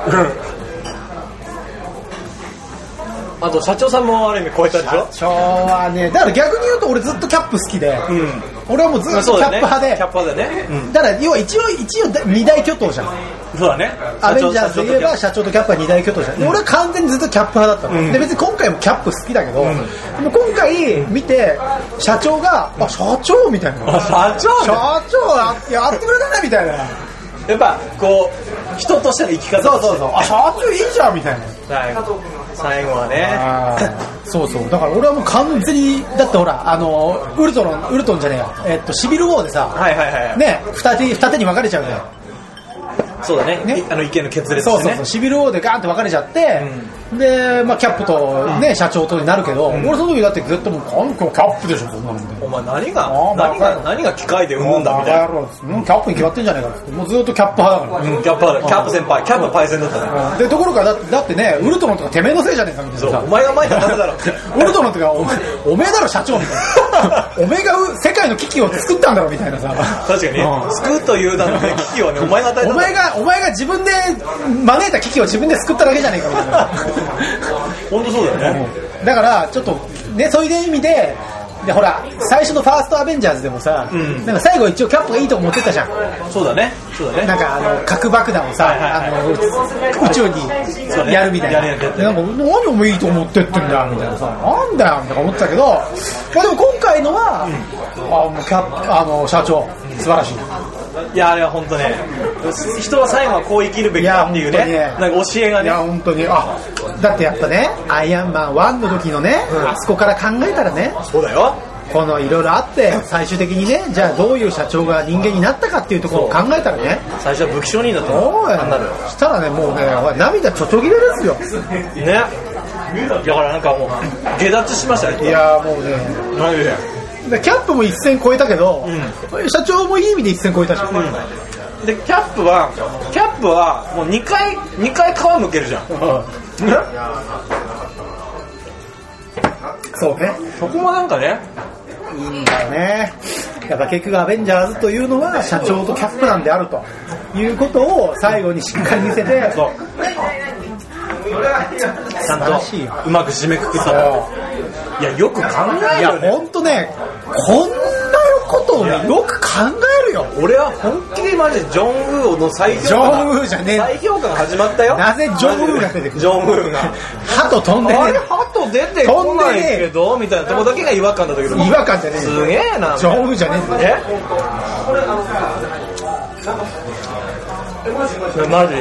Speaker 4: あと社長さんもある意味超えたでしょ
Speaker 5: 昭和ねだから逆に言うと俺ずっとキャップ好きで俺はもうずっとキャップ派
Speaker 4: キャ
Speaker 5: で
Speaker 4: ップ派でね、
Speaker 5: だから要は一応一応二大巨頭じゃん
Speaker 4: そうだね
Speaker 5: アベンジャーズで言えば
Speaker 4: 社
Speaker 5: 社長とキャップは二大巨頭じゃん、俺は完全にずっとキャップ派だったの、
Speaker 4: うん
Speaker 5: で別に今回もキャップ好きだけど、でも今回見て社長が「あ社長」みたいな
Speaker 4: 長あ社長
Speaker 5: 社長ややってくれたねみたいな
Speaker 4: やっぱこう人としての生き方
Speaker 5: そうそうそうあ社長いいじゃんみたいな
Speaker 4: 最後最後はね
Speaker 5: あーそうそうだから俺はもう完全にだってほらあのウルトロンウルトンじゃねえよえっとシビルウォーでさ
Speaker 4: はいはいはい、
Speaker 5: ね二手二手に分かれちゃうじゃん
Speaker 4: そうだね
Speaker 5: ね
Speaker 4: あの意見の決裂し
Speaker 5: そ
Speaker 4: てね
Speaker 5: うそうそう、シビル王でガーンって分かれちゃって、で、まあ、キャップと、ね、社長とになるけど、俺その時だってずっともう、今日キャップでしょ、そんなのみたいな。
Speaker 4: お前何が
Speaker 5: あーまあ
Speaker 4: 何が何が機械で生むんだみたい
Speaker 5: バカ野郎ですうんキャップに決まってんじゃないかっつってもうずっとキャップ派だから
Speaker 4: な、うん、キャップ派だキャップ先輩キャップパイセンだったね、
Speaker 5: でところがだってだってねウルトロンとかてめえのせいじゃねえかみたいな
Speaker 4: そう
Speaker 5: さ
Speaker 4: お前が前に出せだろ
Speaker 5: ウルトロンとかお前おめえだろ社長みたいなおめえがう世界の危機を作ったんだろみたいなさ
Speaker 4: 確かに、
Speaker 5: うん
Speaker 4: 救うというだのね危機をねお前が与えた
Speaker 5: お
Speaker 4: んだ
Speaker 5: 前がお前が自分で招いた危機を自分で救っただけじゃねえかみたいな
Speaker 4: 本当そうだよね、
Speaker 5: だからちょっとねそういう意味ででほら最初の「ファーストアベンジャーズ」でもさ、
Speaker 4: ん
Speaker 5: なんか最後一応キャップがいいとこ持ってったじゃん
Speaker 4: そうだねそうだ
Speaker 5: なん
Speaker 4: ね
Speaker 5: かあの核爆弾をさ、
Speaker 4: はいはいはい
Speaker 5: あの宇宙にやるみたいな,、
Speaker 4: そうねやるやる
Speaker 5: なんか何お前いいと思ってってんだよみたいなさなんだよみたいな思ってたけど、まあ、でも今回のは、あもうキャップあの社長素晴らしい
Speaker 4: いやあれは本当ね人は最後はこう生きるべきだっていうね
Speaker 5: いや本当
Speaker 4: な
Speaker 5: に
Speaker 4: んか教えが
Speaker 5: い
Speaker 4: ね
Speaker 5: や本当にあだってやっぱねアイアンマン1の時のね、あそこから考えたらね
Speaker 4: そうだよ
Speaker 5: このいろいろあって最終的にねじゃあどういう社長が人間になったかっていうところを考えたらね
Speaker 4: 最初は武器商人だった
Speaker 5: お
Speaker 4: の
Speaker 5: い
Speaker 4: 単なる
Speaker 5: したらねもうねおい涙ちょちょぎれですよ
Speaker 4: ねだからなんかもう下脱しましたね
Speaker 5: いやーもうね
Speaker 4: マジで
Speaker 5: でキャップも一線超えたけど、社長もいい意味で一線超えたし、
Speaker 4: でキャップはキャップはもう2回二回皮むけるじゃんね
Speaker 5: そうね
Speaker 4: そこもなんかね
Speaker 5: いいんだよねやっぱ結局アベンジャーズというのは社長とキャップなんであるということを最後にしっかり見せて
Speaker 4: そうちゃん
Speaker 5: 素晴らしいよ
Speaker 4: とうまく締めくくったと
Speaker 5: い
Speaker 4: いやよく考えるよ
Speaker 5: や
Speaker 4: ね
Speaker 5: 本当ねこんなことをねよく考えるよ
Speaker 4: 俺は本気でマジでジョン・ウーの再評価が
Speaker 5: ジョンウーじゃねえ
Speaker 4: 再評価が始まったよ
Speaker 5: なぜジョンウーが出てくる
Speaker 4: [LAUGHS] ジョン・ウーが
Speaker 5: 鳩飛んでね
Speaker 4: あれ鳩出てこないけどみたいなとこだけが違和感だったけど
Speaker 5: 違和感じゃねえ
Speaker 4: すげえな
Speaker 5: ジョンウーじゃね
Speaker 4: えいやマジで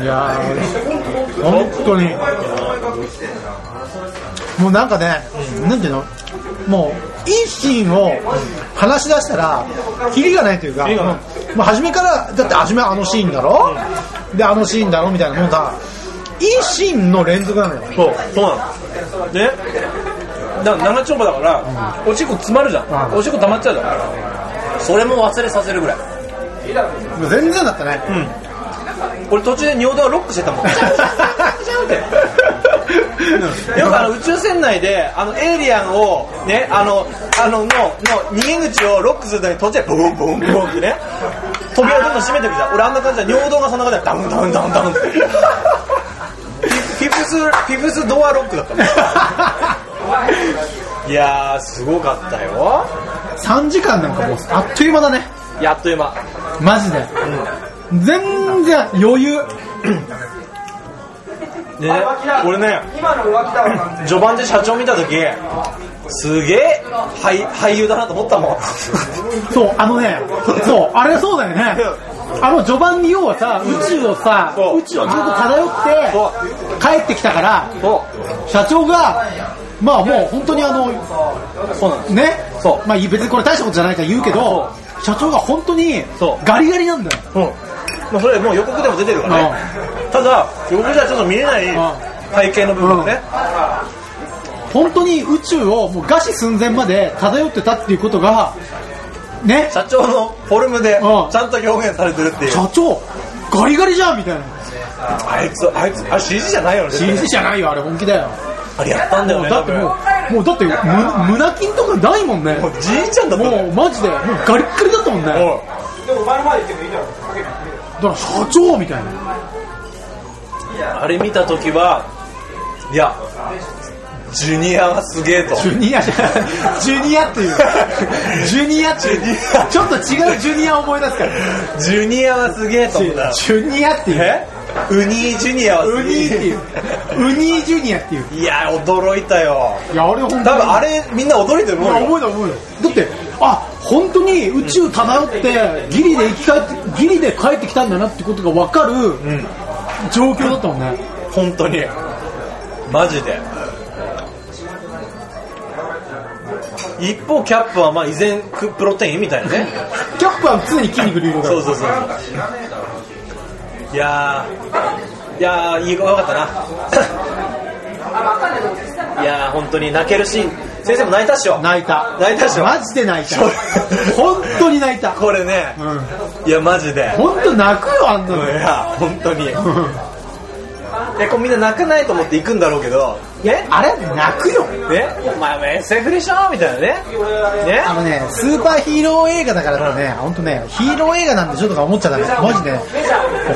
Speaker 5: えいやー本当にもうなんかね、なんていうのもういシーンを話し出したらキリがないというか
Speaker 4: キリがない
Speaker 5: もう初めからだって初めはあのシーンだろであのシーンだろみたいなもんさいいシーンの連続なのよ
Speaker 4: そうそうなのねだ長丁場だから、おしっこ詰まるじゃん、おしっこ溜まっちゃうじゃんそれも忘れさせるぐらい
Speaker 5: もう全然だったね、
Speaker 4: 俺途中で尿道がロックしてたも
Speaker 5: [LAUGHS]
Speaker 4: んジャンってよくあの宇宙船内であのエイリアンをねあのあののの逃げ口をロックするために途中でボンボンボンってね扉をどんどん閉めていくじゃん俺あんな感じで尿道がそんな感じでダウンダウンダウンダウンってピピプスピプスドアロックだったも
Speaker 5: [LAUGHS]
Speaker 4: んいやーすごかったよ
Speaker 5: 3時間なんかもうあっという間だね
Speaker 4: やっと今
Speaker 5: マジで、全然余裕
Speaker 4: でね、俺ね、序盤で社長見たとき、すげえ俳俳優だなと思ったもん。
Speaker 5: そうあのねそうあれそうだよねあの序盤に要はさ宇宙をさ
Speaker 4: そう
Speaker 5: 宇宙をずっと漂って帰ってきたから社長がまあもう本当にあの
Speaker 4: そうなんです。
Speaker 5: ね
Speaker 4: そ
Speaker 5: まあ別にこれ大したことじゃないから言うけど社長が本当に
Speaker 4: そう
Speaker 5: ガリガリなんだよ
Speaker 4: うん。まあ、それもう予告でも出てるからね。ただ、予告じゃちょっと見れない体型の部分ね。
Speaker 5: 本当に宇宙をもう餓死寸前まで漂ってたっていうことがね
Speaker 4: 社長のフォルムで、
Speaker 5: うん
Speaker 4: ちゃんと表現されてるっていう。
Speaker 5: 社長ガリガリじゃんみたいな
Speaker 4: あいつ、あいつ、あれ CG じゃないよね。
Speaker 5: CG じゃないよあれ本気だよ
Speaker 4: あれやったんだよね。
Speaker 5: だってもうもうだってむ胸筋とかないもんね
Speaker 4: 多分もうじいちゃんだったんだよ
Speaker 5: もうマジでもうガリッガリだったもんね
Speaker 4: おい
Speaker 5: だから社長みたいな
Speaker 4: あれ見たときは、いや、ジュニアはすげえと。
Speaker 5: ジュニアじゃんジュニアっていうジュニアっていうちょっと違うジュニアを思い出すから
Speaker 4: ジュニアはすげえと思った。
Speaker 5: ジュニアっていう
Speaker 4: えウニージュニアは
Speaker 5: ウニーっていうウニージュニアっていう
Speaker 4: いや驚いたよ
Speaker 5: いや俺本当
Speaker 4: 多
Speaker 5: に
Speaker 4: 分あれみんな驚いてる
Speaker 5: いや
Speaker 4: も
Speaker 5: 覚え
Speaker 4: んよ
Speaker 5: た覚えただってあ本当に宇宙漂ってギリで生き返ってギリで帰ってきたんだなってことが分かる状況だったもんね、
Speaker 4: 本当にマジで一方キャップはまあ依然くプロテインみたいなね
Speaker 5: キャップは常に筋肉流動だ
Speaker 4: そうそうそういやーいやーいいよかったないやー本当に泣けるシーン先生も泣いたっしょ
Speaker 5: 泣いた
Speaker 4: 泣いたっしょ
Speaker 5: マジで泣いた
Speaker 4: そう
Speaker 5: 本当に泣いた
Speaker 4: これね
Speaker 5: うん
Speaker 4: いやマジで
Speaker 5: 本当泣くよあんなの
Speaker 4: いや本当にえこれみんな泣かないと思って行くんだろうけどね
Speaker 5: あれ泣くよ
Speaker 4: ねお前も SF でしょみたいなねね
Speaker 5: あのねスーパーヒーロー映画だからね本当ねヒーロー映画なんでしょとか思っちゃダメマジで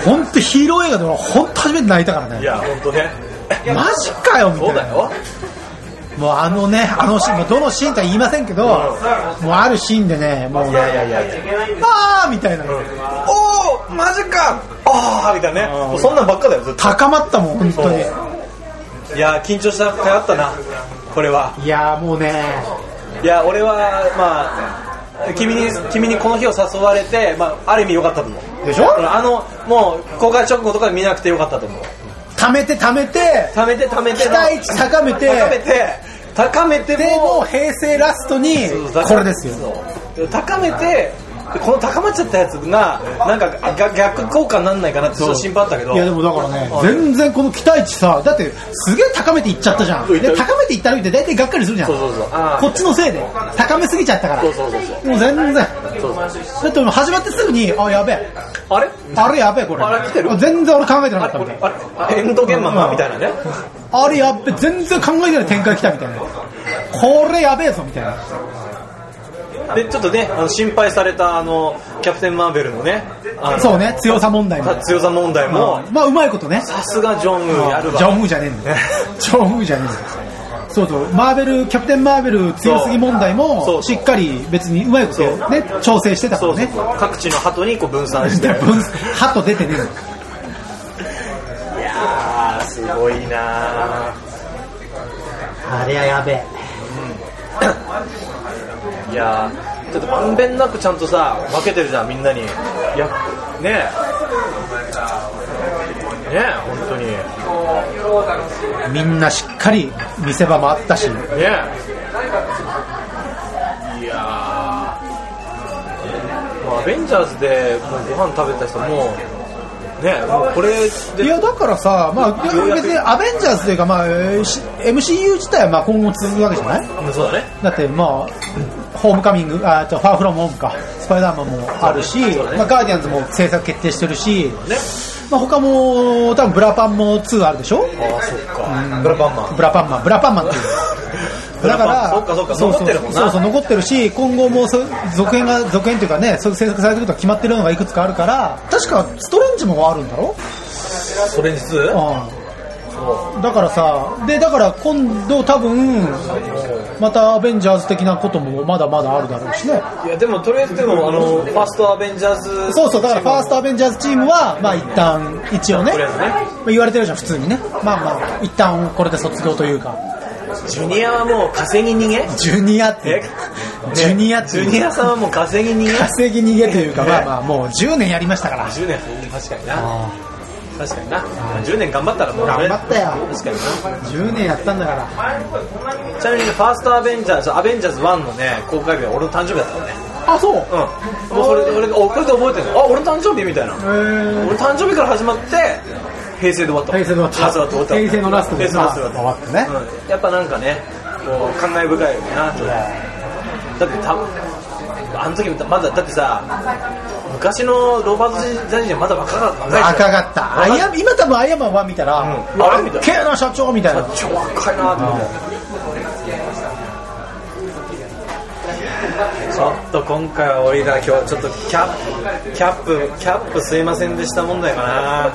Speaker 5: 本当ヒーロー映画で俺本当初めて泣いたから
Speaker 4: い
Speaker 5: ね
Speaker 4: や本当ね
Speaker 5: マジかよみた
Speaker 4: そ
Speaker 5: いうな
Speaker 4: だよ
Speaker 5: もうあのね、あのシーン、まあどのシーンか言いませんけど、もうあるシーンでね、もうね、
Speaker 4: いやいやいや
Speaker 5: あーみたいな、
Speaker 4: おおマジかああみたいなねもうそんなんばっかだよずっと
Speaker 5: 高まったもん、本当に。
Speaker 4: いや緊張した回あったなこれはい
Speaker 5: やーもうね、
Speaker 4: いや俺はまあ君に君にこの日を誘われて、まあ、ある意味良かったと思う
Speaker 5: でしょ
Speaker 4: あのもう公開直後とかで見なくて良かったと思う
Speaker 5: 溜めて溜めて、
Speaker 4: 貯めて貯めて
Speaker 5: 期待値高めて
Speaker 4: 高めて高めて
Speaker 5: で、も
Speaker 4: も
Speaker 5: う平成ラストに
Speaker 4: そうだ、
Speaker 5: これですよ。
Speaker 4: そう高めてこの高まっちゃったやつがなんかあが逆効果になんないかなってちょっと心配あったけど
Speaker 5: いやでもだからね、全然この期待値さ、だってすげえ高めていっちゃったじゃん。で、高めていった時って大体がっかりするじゃん。
Speaker 4: そうそうそうあー
Speaker 5: こっちのせいで、高めすぎちゃったから。
Speaker 4: そうそうそうそう
Speaker 5: もう全然。だ
Speaker 4: そう
Speaker 5: ってもう始まってすぐに、あ、やべえ。
Speaker 4: あれ
Speaker 5: あれやべえこれ
Speaker 4: あれ来てる
Speaker 5: 全然俺考えてなか
Speaker 4: あ
Speaker 5: った
Speaker 4: れ
Speaker 5: み
Speaker 4: こ
Speaker 5: たい
Speaker 4: れ
Speaker 5: な
Speaker 4: あれエンドゲンマンかみたいなね
Speaker 5: あれやっべ全然考えてない展開来たみたいなこれやべえぞみたいな
Speaker 4: でちょっとねあの心配されたあのキャプテン・マーベルのねあの
Speaker 5: そうね強さ問題も
Speaker 4: 強さ問題も
Speaker 5: まあうまいことね
Speaker 4: さすがジョン・ウーやる
Speaker 5: ジョ
Speaker 4: わ
Speaker 5: ン・ウーじゃねえんだよジョン・ウーじゃねえんだよそうそうマーベルキャプテン・マーベル強すぎ問題
Speaker 4: そうそ
Speaker 5: も
Speaker 4: う
Speaker 5: しっかり別にうまいこと
Speaker 4: そう
Speaker 5: ね調整してたか
Speaker 4: そ
Speaker 5: ら
Speaker 4: うそう
Speaker 5: ね
Speaker 4: そう各地の鳩にこう分散して
Speaker 5: で [LAUGHS] 分ハト出てねえの
Speaker 4: あーすごいなー
Speaker 5: あれはやべえ
Speaker 4: いやー、ちょっとまんべんなくちゃんとさ、分けてるじゃん、みんなに。いや、ねえ。ねえ、本当に。ね
Speaker 5: みんなしっかり見せ場もあったし
Speaker 4: え。アベンジャーズでもうご飯食べた人もうねもうこれ
Speaker 5: い
Speaker 4: で
Speaker 5: やだからさ、まあ、
Speaker 4: ようやく
Speaker 5: 別にアベンジャーズというか、まあ、えーし MCU 自体はまあ今後続くわけじゃない
Speaker 4: うんそうだね
Speaker 5: だってまあホームカミングあじゃあファーフロムホームかスパイダーマンもあるし、
Speaker 4: そうだね
Speaker 5: まあ、ガーディアンズも制作決定してるし、
Speaker 4: ね
Speaker 5: まあ、他も多分ブラパンも2あるでしょ
Speaker 4: ああそっかブラパンマン
Speaker 5: ブラパンマンブラパンマンっていう
Speaker 4: [LAUGHS] ブラパンそっかそっか残ってるもんな
Speaker 5: そうそう残ってるし今後もそう続編が続編というかねそういう制作されてることが決まってるのがいくつかあるから確かストレンジもあるんだろ
Speaker 4: それにつ
Speaker 5: うん、だからさでだから今度多分またアベンジャーズ的なこともまだまだあるだろうしね
Speaker 4: いやでもとりあえずでもあのファーストアベンジャーズ
Speaker 5: そうそうだからファーストアベンジャーズチームはまあ一旦一応ね
Speaker 4: とりあえずね
Speaker 5: まあ言われてるじゃん普通にねまあまあ一旦これで卒業というか
Speaker 4: ジュニアはもう稼ぎ逃げ
Speaker 5: ジュニアって
Speaker 4: え
Speaker 5: [LAUGHS] ジュニア
Speaker 4: ね
Speaker 5: って
Speaker 4: ジュニアさんはもう稼ぎ逃 [LAUGHS] げ
Speaker 5: 稼ぎ逃げというかまあまあもう10年やりましたから
Speaker 4: 10年確かにな確かにな10年頑張ったらもう
Speaker 5: 頑張ったよ
Speaker 4: 確かにな
Speaker 5: 10年やったんだから
Speaker 4: ちなみにねファーストアベンジャーズ、アベンジャーズ1のね、公開日は俺の誕生日だったのね。
Speaker 5: あそう
Speaker 4: うん。もうそれで、俺、おこれで覚えてるのあ、俺の誕生日みたいな。
Speaker 5: えー
Speaker 4: 俺誕生日から始まって、平成で終わった。
Speaker 5: 平成で終わった
Speaker 4: ラストだと終わった。
Speaker 5: 平成のラストで
Speaker 4: 平成のラストだ
Speaker 5: まあ終わって
Speaker 4: ね。うん。やっぱなんかね、こう、感慨深いよねなと。だってたあの時もまだ、だってさ、昔のロバート・ザニーじゃまだ若かった。
Speaker 5: 赤かったアイアン今多分アイアンマン1見たら
Speaker 4: う
Speaker 5: 「
Speaker 4: ん
Speaker 5: あれみたいなけえな社長」みたいな
Speaker 4: 超若いなと思って。ちょっと今回は多いな、今日はちょっとキャップ、キャップ、キャップすいませんでした問題か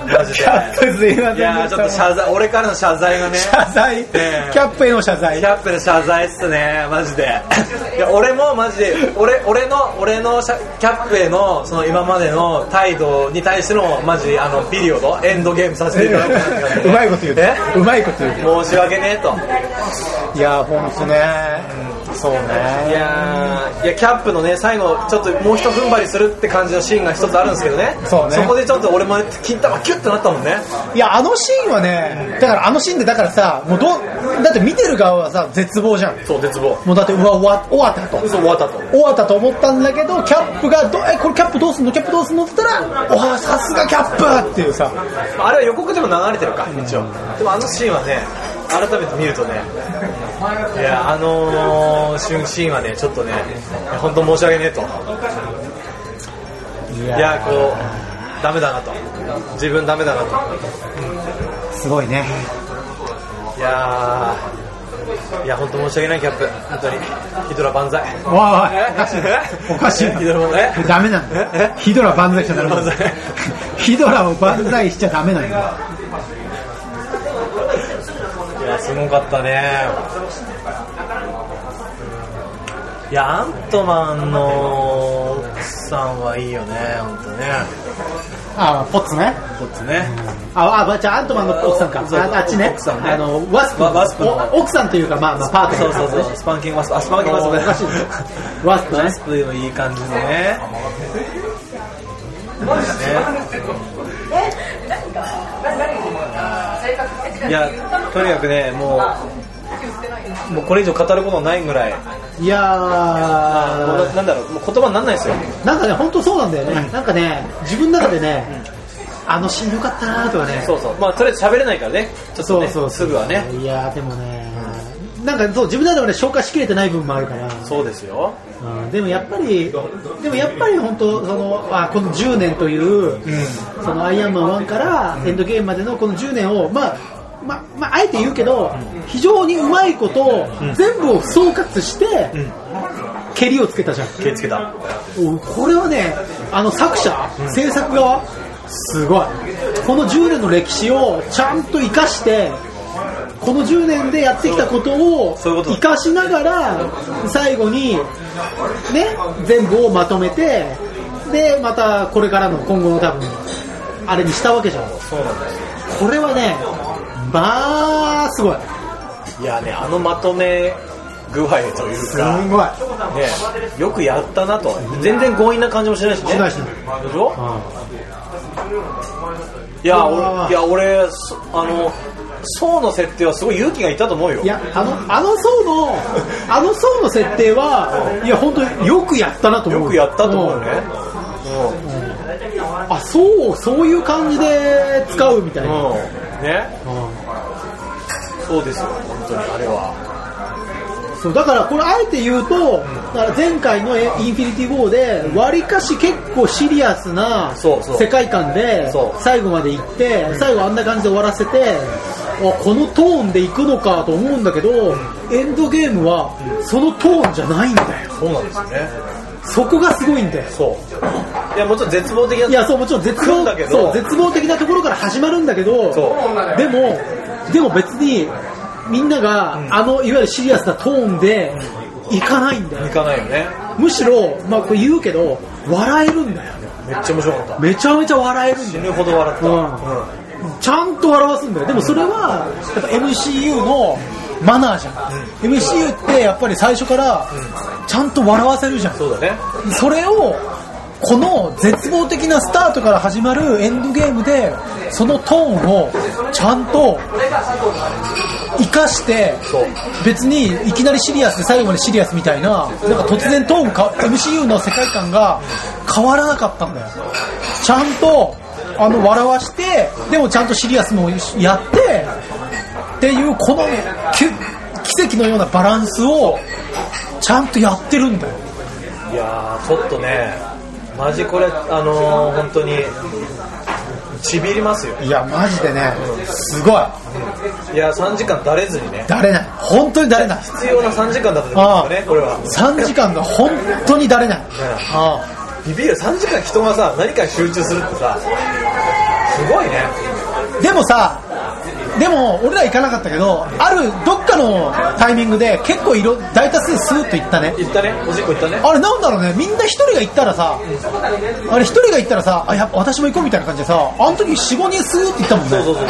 Speaker 4: な、マジで。
Speaker 5: キャップ [LAUGHS] すいませんでした問題
Speaker 4: いやーちょっと謝罪、俺からの謝罪
Speaker 5: [LAUGHS]
Speaker 4: がね。
Speaker 5: 謝罪、
Speaker 4: え
Speaker 5: キャップへの謝罪
Speaker 4: キャップの謝罪っすね、マジで。いや、俺もマジで、俺、俺の、俺のしゃキャップへの、その今までの態度に対しての、マジ、あの、ピリオド、エンドゲームさせていただくって感じ
Speaker 5: [LAUGHS]
Speaker 4: で
Speaker 5: うまいこと言うねうまいこと言うね
Speaker 4: 申し訳ねえと。
Speaker 5: いや本当ねそうね
Speaker 4: いやーいやキャップのね最後ちょっともうひと踏ん張りするって感じのシーンが一つあるんですけどね
Speaker 5: そうね
Speaker 4: こでちょっと俺も金玉キュッとなったもんね
Speaker 5: いやあのシーンはねだからあのシーンでだからさもうどうだって見てる側はさ絶望じゃん
Speaker 4: そう絶望
Speaker 5: もうだってうわ終わ終わったと
Speaker 4: そう終わったと
Speaker 5: 終わったと思ったんだけどキャップがど「えこれキャップどうすんのキャップどうすんの?」って言ったら「おはさすがキャップ!」っていうさ
Speaker 4: あれは予告でも流れてるか一応でもあのシーンはね改めて見るとねいやあのー、シーンはねちょっとねいや本当申し訳ねえと
Speaker 5: い
Speaker 4: いやこうダメだなと自分ダメだなと
Speaker 5: すごいね
Speaker 4: いやーいや本当申し訳ないキャップ本当にヒドラ万歳
Speaker 5: お [LAUGHS] いおいおかしいな
Speaker 4: ヒドラ万歳
Speaker 5: ダメなんだよ
Speaker 4: ええ
Speaker 5: ヒドラ万歳しちゃダメなんだよ
Speaker 4: ヒドラ万
Speaker 5: [LAUGHS] ヒドラを万歳しちゃダメなんだよ
Speaker 4: いやすごかったねいやアントマンの奥さんはいいよね本当ね
Speaker 5: あポッツね
Speaker 4: こっちね
Speaker 5: ああばじゃあアントマンの奥さんか
Speaker 4: そう
Speaker 5: ああっちね
Speaker 4: 奥さんね
Speaker 5: あのワスプ
Speaker 4: わワスプの
Speaker 5: お奥さんというかまあまあパート
Speaker 4: そ
Speaker 5: ナ
Speaker 4: う
Speaker 5: ー
Speaker 4: そうそうスパンキングマスプあスパンキング
Speaker 5: おか
Speaker 4: マ
Speaker 5: し
Speaker 4: ス
Speaker 5: い
Speaker 4: プね
Speaker 5: ねワスプね
Speaker 4: マスプでもいい感じのねねいやとにかくねもうもうこれ以上語ることないぐらい
Speaker 5: いや
Speaker 4: もうな
Speaker 5: ー
Speaker 4: なんだろうもう言葉にならないですよ
Speaker 5: なんかね本当そうなんだよねなんかね自分の中でねあのシーンよかったなとかね
Speaker 4: そうそう。まあ、とりあえず喋れないからね。ちょっとね、すぐはね。
Speaker 5: いやーでもねなんかそう自分の中でね消化しきれてない部分もあるから
Speaker 4: そうですよ。
Speaker 5: うんでもやっぱり、でもやっぱり本当そのあこの10年という、そのアイアンマン1からエンドゲームまでのこの10年を、まあまあまあ、あえて言うけど、非常にうまいことを全部を総括して、蹴りをつけたじゃん、
Speaker 4: 気をつけた。
Speaker 5: おこれはね、あの作者、制作側、すごい、この10年の歴史をちゃんと生かして、この10年でやってきたことを
Speaker 4: そういうこと
Speaker 5: 生かしながら、最後に、ね、全部をまとめて、で、またこれからの今後の多分、あれにしたわけじゃん。
Speaker 4: そうなんだよ。
Speaker 5: これはね、まあ、すごい。
Speaker 4: いやね、あのまとめ具合という
Speaker 5: す
Speaker 4: か、ね、
Speaker 5: ごい。
Speaker 4: よくやったなと。全然強引な感じもしないしね。
Speaker 5: しないしない
Speaker 4: でしょいや、俺、いや、俺、そあの、層の設定はすごい勇気がいったと思うよ。
Speaker 5: いや、あの、あの層の、あの層の設定は、いや、本当によくやったなと思う。
Speaker 4: よくやったと思うね
Speaker 5: ん。
Speaker 2: あそうそういう感じで使うみたいな、
Speaker 4: うんね、そうですよ本当にあれは
Speaker 2: そうだからこれあえて言うと、だから前回のえインフィニティ・ウォーでわりかし結構シリアスな
Speaker 4: そうそう
Speaker 2: 世界観で
Speaker 4: そう
Speaker 2: 最後まで行って最後あんな感じで終わらせてあこのトーンで行くのかと思うんだけどエンドゲームはそのトーンじゃないんだよ
Speaker 4: そうなんですよね
Speaker 2: そこがすごいんだよ
Speaker 4: そういやもちろん絶望的ない
Speaker 2: やそうもちろん絶
Speaker 4: 来る
Speaker 2: 望
Speaker 4: んだけど
Speaker 2: そう絶望的なところから始まるんだけど
Speaker 4: そう
Speaker 2: でもでも別にみんなが、あのいわゆるシリアスなトーンで行かないんだよ
Speaker 4: いかないよね
Speaker 2: むしろ、まあ、これ言うけど笑えるんだよ
Speaker 4: めっちゃ面白かった
Speaker 2: めちゃめちゃ笑えるんだ
Speaker 4: 死
Speaker 2: よ
Speaker 4: ぬほど笑った、
Speaker 2: うんちゃんと笑わすんだよでもそれはやっぱ MCU のマナーじゃん、MCU ってやっぱり最初からちゃんと笑わせるじゃん
Speaker 4: そうだね
Speaker 2: それをこの絶望的なスタートから始まるエンドゲームでそのトーンをちゃんと生かして
Speaker 4: そう
Speaker 2: 別にいきなりシリアスで最後までシリアスみたいななんか突然トーンか MCU の世界観が変わらなかったんだよちゃんとあの笑わしてでもちゃんとシリアスもやってっていうこのき奇跡のようなバランスをちゃんとやってるんだよ
Speaker 4: いやーちょっとねマジこれあのー、本当にちびりますよ
Speaker 2: いやマジでねすごい
Speaker 4: いや3時間だれずにね
Speaker 2: だれない本当にだれない
Speaker 4: 必要な3時間だったと思うんですよねこれは
Speaker 2: 3時間が本当にだれないあ
Speaker 4: ビビる3時間人がさ何かに集中するってさすごいね
Speaker 2: あでもさでも俺ら行かなかったけどあるどっかのタイミングで結構色大多数スーッと行ったね
Speaker 4: 行ったねおしっこ行ったね
Speaker 2: あれなんだろうねみんな一人が行ったらさあれ一人が行ったらさあやっぱ私も行こうみたいな感じでさあの時45人スーッと行ったもんね
Speaker 4: そうそうそう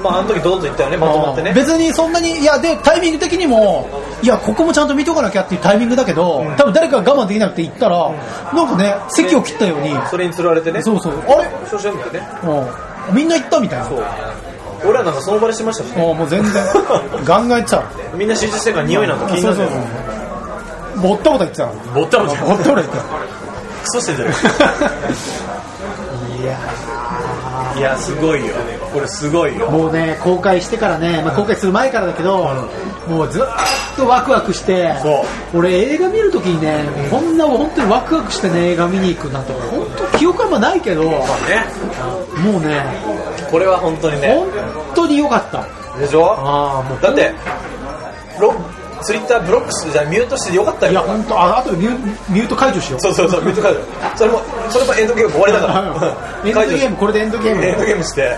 Speaker 4: まああの時どうぞ行ったよねまとまってね
Speaker 2: 別にそんなにいやでタイミング的にもいやここもちゃんと見とかなきゃっていうタイミングだけど、多分誰かが我慢できなくて行ったら、なんかね席を切ったように、
Speaker 4: それにつられてね
Speaker 2: そうそうあれ、
Speaker 4: 少々だよね
Speaker 2: うん、みんな行ったみたいな
Speaker 4: そう俺らなんかその場でしましたしね
Speaker 2: もうもう全然ガンガン行っちゃう
Speaker 4: みんな集中してるから匂いなんか気にな
Speaker 2: そう
Speaker 4: る
Speaker 2: そうそうぼったこと言ってたの
Speaker 4: ぼったもんじゃん
Speaker 2: ぼったこと言ってた
Speaker 4: クソしてんじゃないいやーいやすごいよこれすごいよ
Speaker 2: もうね公開してからね、まあ、公開する前からだけど、もうずっとワクワクして
Speaker 4: そ
Speaker 2: 俺映画見るときにねこんな本当にワクワクしてね映画見に行くなんて本当記憶はあんまないけども
Speaker 4: ね
Speaker 2: うね
Speaker 4: これは本当にね
Speaker 2: 本当に良かった
Speaker 4: でしょ
Speaker 2: ああも
Speaker 4: だってロツイッターブロックするじゃあミュートしてよかった
Speaker 2: いや
Speaker 4: よ
Speaker 2: 本当ああとでミュミュート解除しよう
Speaker 4: そうそうそうミュート解除それもそれもエンドゲーム終わりだか
Speaker 2: うんエンド
Speaker 4: ら [LAUGHS] 解除
Speaker 2: ゲームこれでエンド [LAUGHS] ゲーム
Speaker 4: エンドゲームして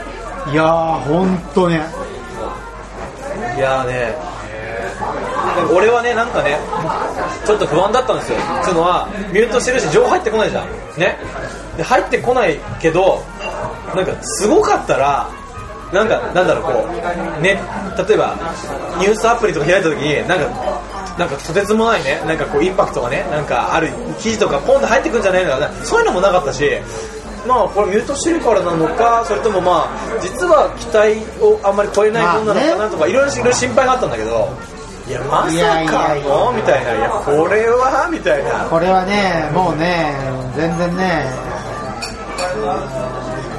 Speaker 2: いやー本当ね
Speaker 4: いやーねなんか俺はねなんかねちょっと不安だったんですよつうのはミュートしてるし情報入ってこないじゃんねで入ってこないけどなんかすごかったらなんかなんだろうこうね例えばニュースアプリとか開いた時になんかなんかとてつもないねなんかこうインパクトがねなんかある記事とかポンと入ってくんじゃないのかなそういうのもなかったしまあこれミュートしてるからなのかそれともまあ実は期待をあんまり超えないものなのかなとかとかいろいろいろ心配があったんだけどいやま
Speaker 2: い
Speaker 4: さ
Speaker 2: やいやい
Speaker 4: かのみたいないやこれはみたいな
Speaker 2: これはねもうね全然ね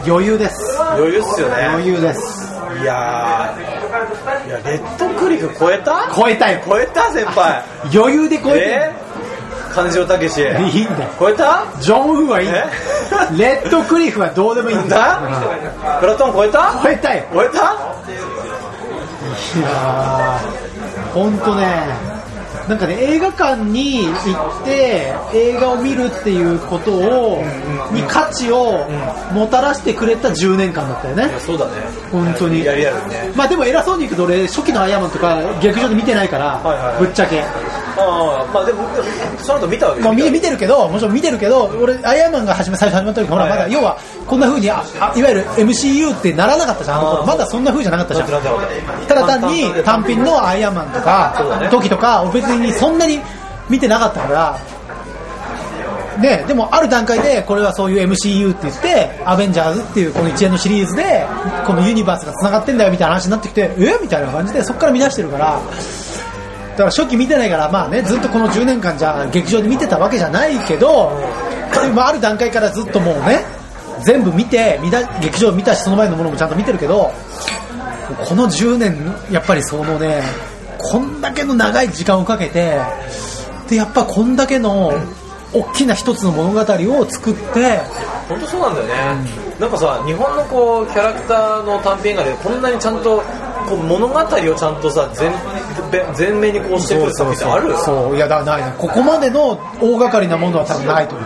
Speaker 2: 余裕です
Speaker 4: 余裕っすよね
Speaker 2: 裕です
Speaker 4: いやーいやレッドクリフ超えた
Speaker 2: 超えたよ
Speaker 4: 超えた先輩
Speaker 2: 余裕で超
Speaker 4: えー感情たけし
Speaker 2: るいいんだよ
Speaker 4: 超えた
Speaker 2: ジョン・ウーはいいんだよ
Speaker 4: え
Speaker 2: レッドクリフはどうでもいいんだ
Speaker 4: だ
Speaker 2: よ
Speaker 4: プラトン超え
Speaker 2: うん
Speaker 4: た
Speaker 2: 超えたよ
Speaker 4: 超えた
Speaker 2: いやー本当ねなんかね映画館に行って映画を見るっていうことをに価値をもたらしてくれた10年間だったよね
Speaker 4: そうだね
Speaker 2: 本当に
Speaker 4: いやリアルにね
Speaker 2: まあでも偉そうに言うけど俺初期のアイアンマンとか劇場で見てないから、
Speaker 4: はいはいはい
Speaker 2: ぶっちゃけ、
Speaker 4: ああまあでもでもその後見たわけ
Speaker 2: まあ、
Speaker 4: 見
Speaker 2: 見
Speaker 4: た
Speaker 2: 見てるけどもちろん見てるけど俺アイアンマンが始め最初始まった時ほら
Speaker 4: はい
Speaker 2: ま
Speaker 4: はい
Speaker 2: だ要はこんな風にああいわゆる MCU ってならなかったじゃんあの
Speaker 4: あ
Speaker 2: 頃
Speaker 4: ー
Speaker 2: まだそんな風じゃなかったじゃん
Speaker 4: なってなかっ
Speaker 2: た
Speaker 4: た
Speaker 2: だ単に単品のアイアンマンと
Speaker 4: そうだ
Speaker 2: か
Speaker 4: ね
Speaker 2: 時とかを別にそんなに見てなかったからね、でもある段階でこれはそういう MCU って言ってアベンジャーズっていうこの一連のシリーズでこのユニバースが繋がってんだよみたいな話になってきてえみたいな感じでそこから見出してるからだから初期見てないからまあねずっとこの10年間じゃ劇場で見てたわけじゃないけど、でまあ、ある段階からずっともうね
Speaker 5: 全部見て見た劇場見たしその前のものもちゃんと見てるけどこの10年やっぱりそのねこんだけの長い時間をかけてでやっぱこんだけの大きな一つの物語を作って
Speaker 4: 本当そうなんだよね、なんかさ日本のこうキャラクターの短編映画でこんなにちゃんとこう物語をちゃんとさ全全面にこうしてくる作品ってある
Speaker 5: そういやだからないなここまでの大掛かりなものは多分ないと思う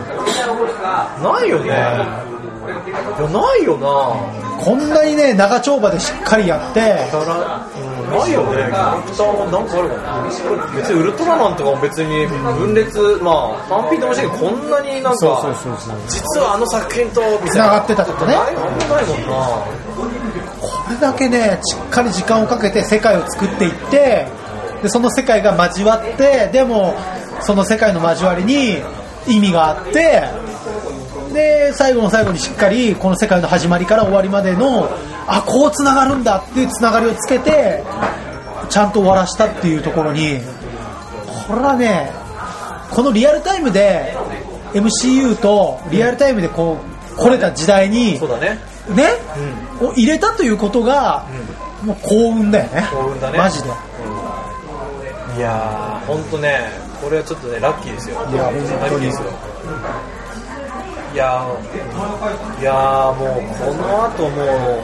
Speaker 4: ないよねいやないよな
Speaker 5: こんなにね長丁場でしっかりやって
Speaker 4: だら、うん、ないよねキャラクターもなんかあるかな別にウルトラマンとかも別に分裂まあ単品でもしてこんなになんか実はあの作品とみたい
Speaker 5: 繋
Speaker 4: な
Speaker 5: がってたとかね
Speaker 4: ないほんとないもんな
Speaker 5: これだけねしっかり時間をかけて世界を作っていってでその世界が交わってでもその世界の交わりに意味があってで最後の最後にしっかりこの世界の始まりから終わりまでのあこうつながるんだっていうつながりをつけてちゃんと終わらしたっていうところにこれはねこのリアルタイムで MCU とリアルタイムでこう来れた時代に、
Speaker 4: そうだね
Speaker 5: ね、を入れたということが、もう幸運だよね
Speaker 4: 幸運だね
Speaker 5: マジでい
Speaker 4: いやー、本当ね、これはちょっとね、ラッキーですよ。
Speaker 5: いや本当に
Speaker 4: ラッキーですよ。いやー、いやーもう、この後もう、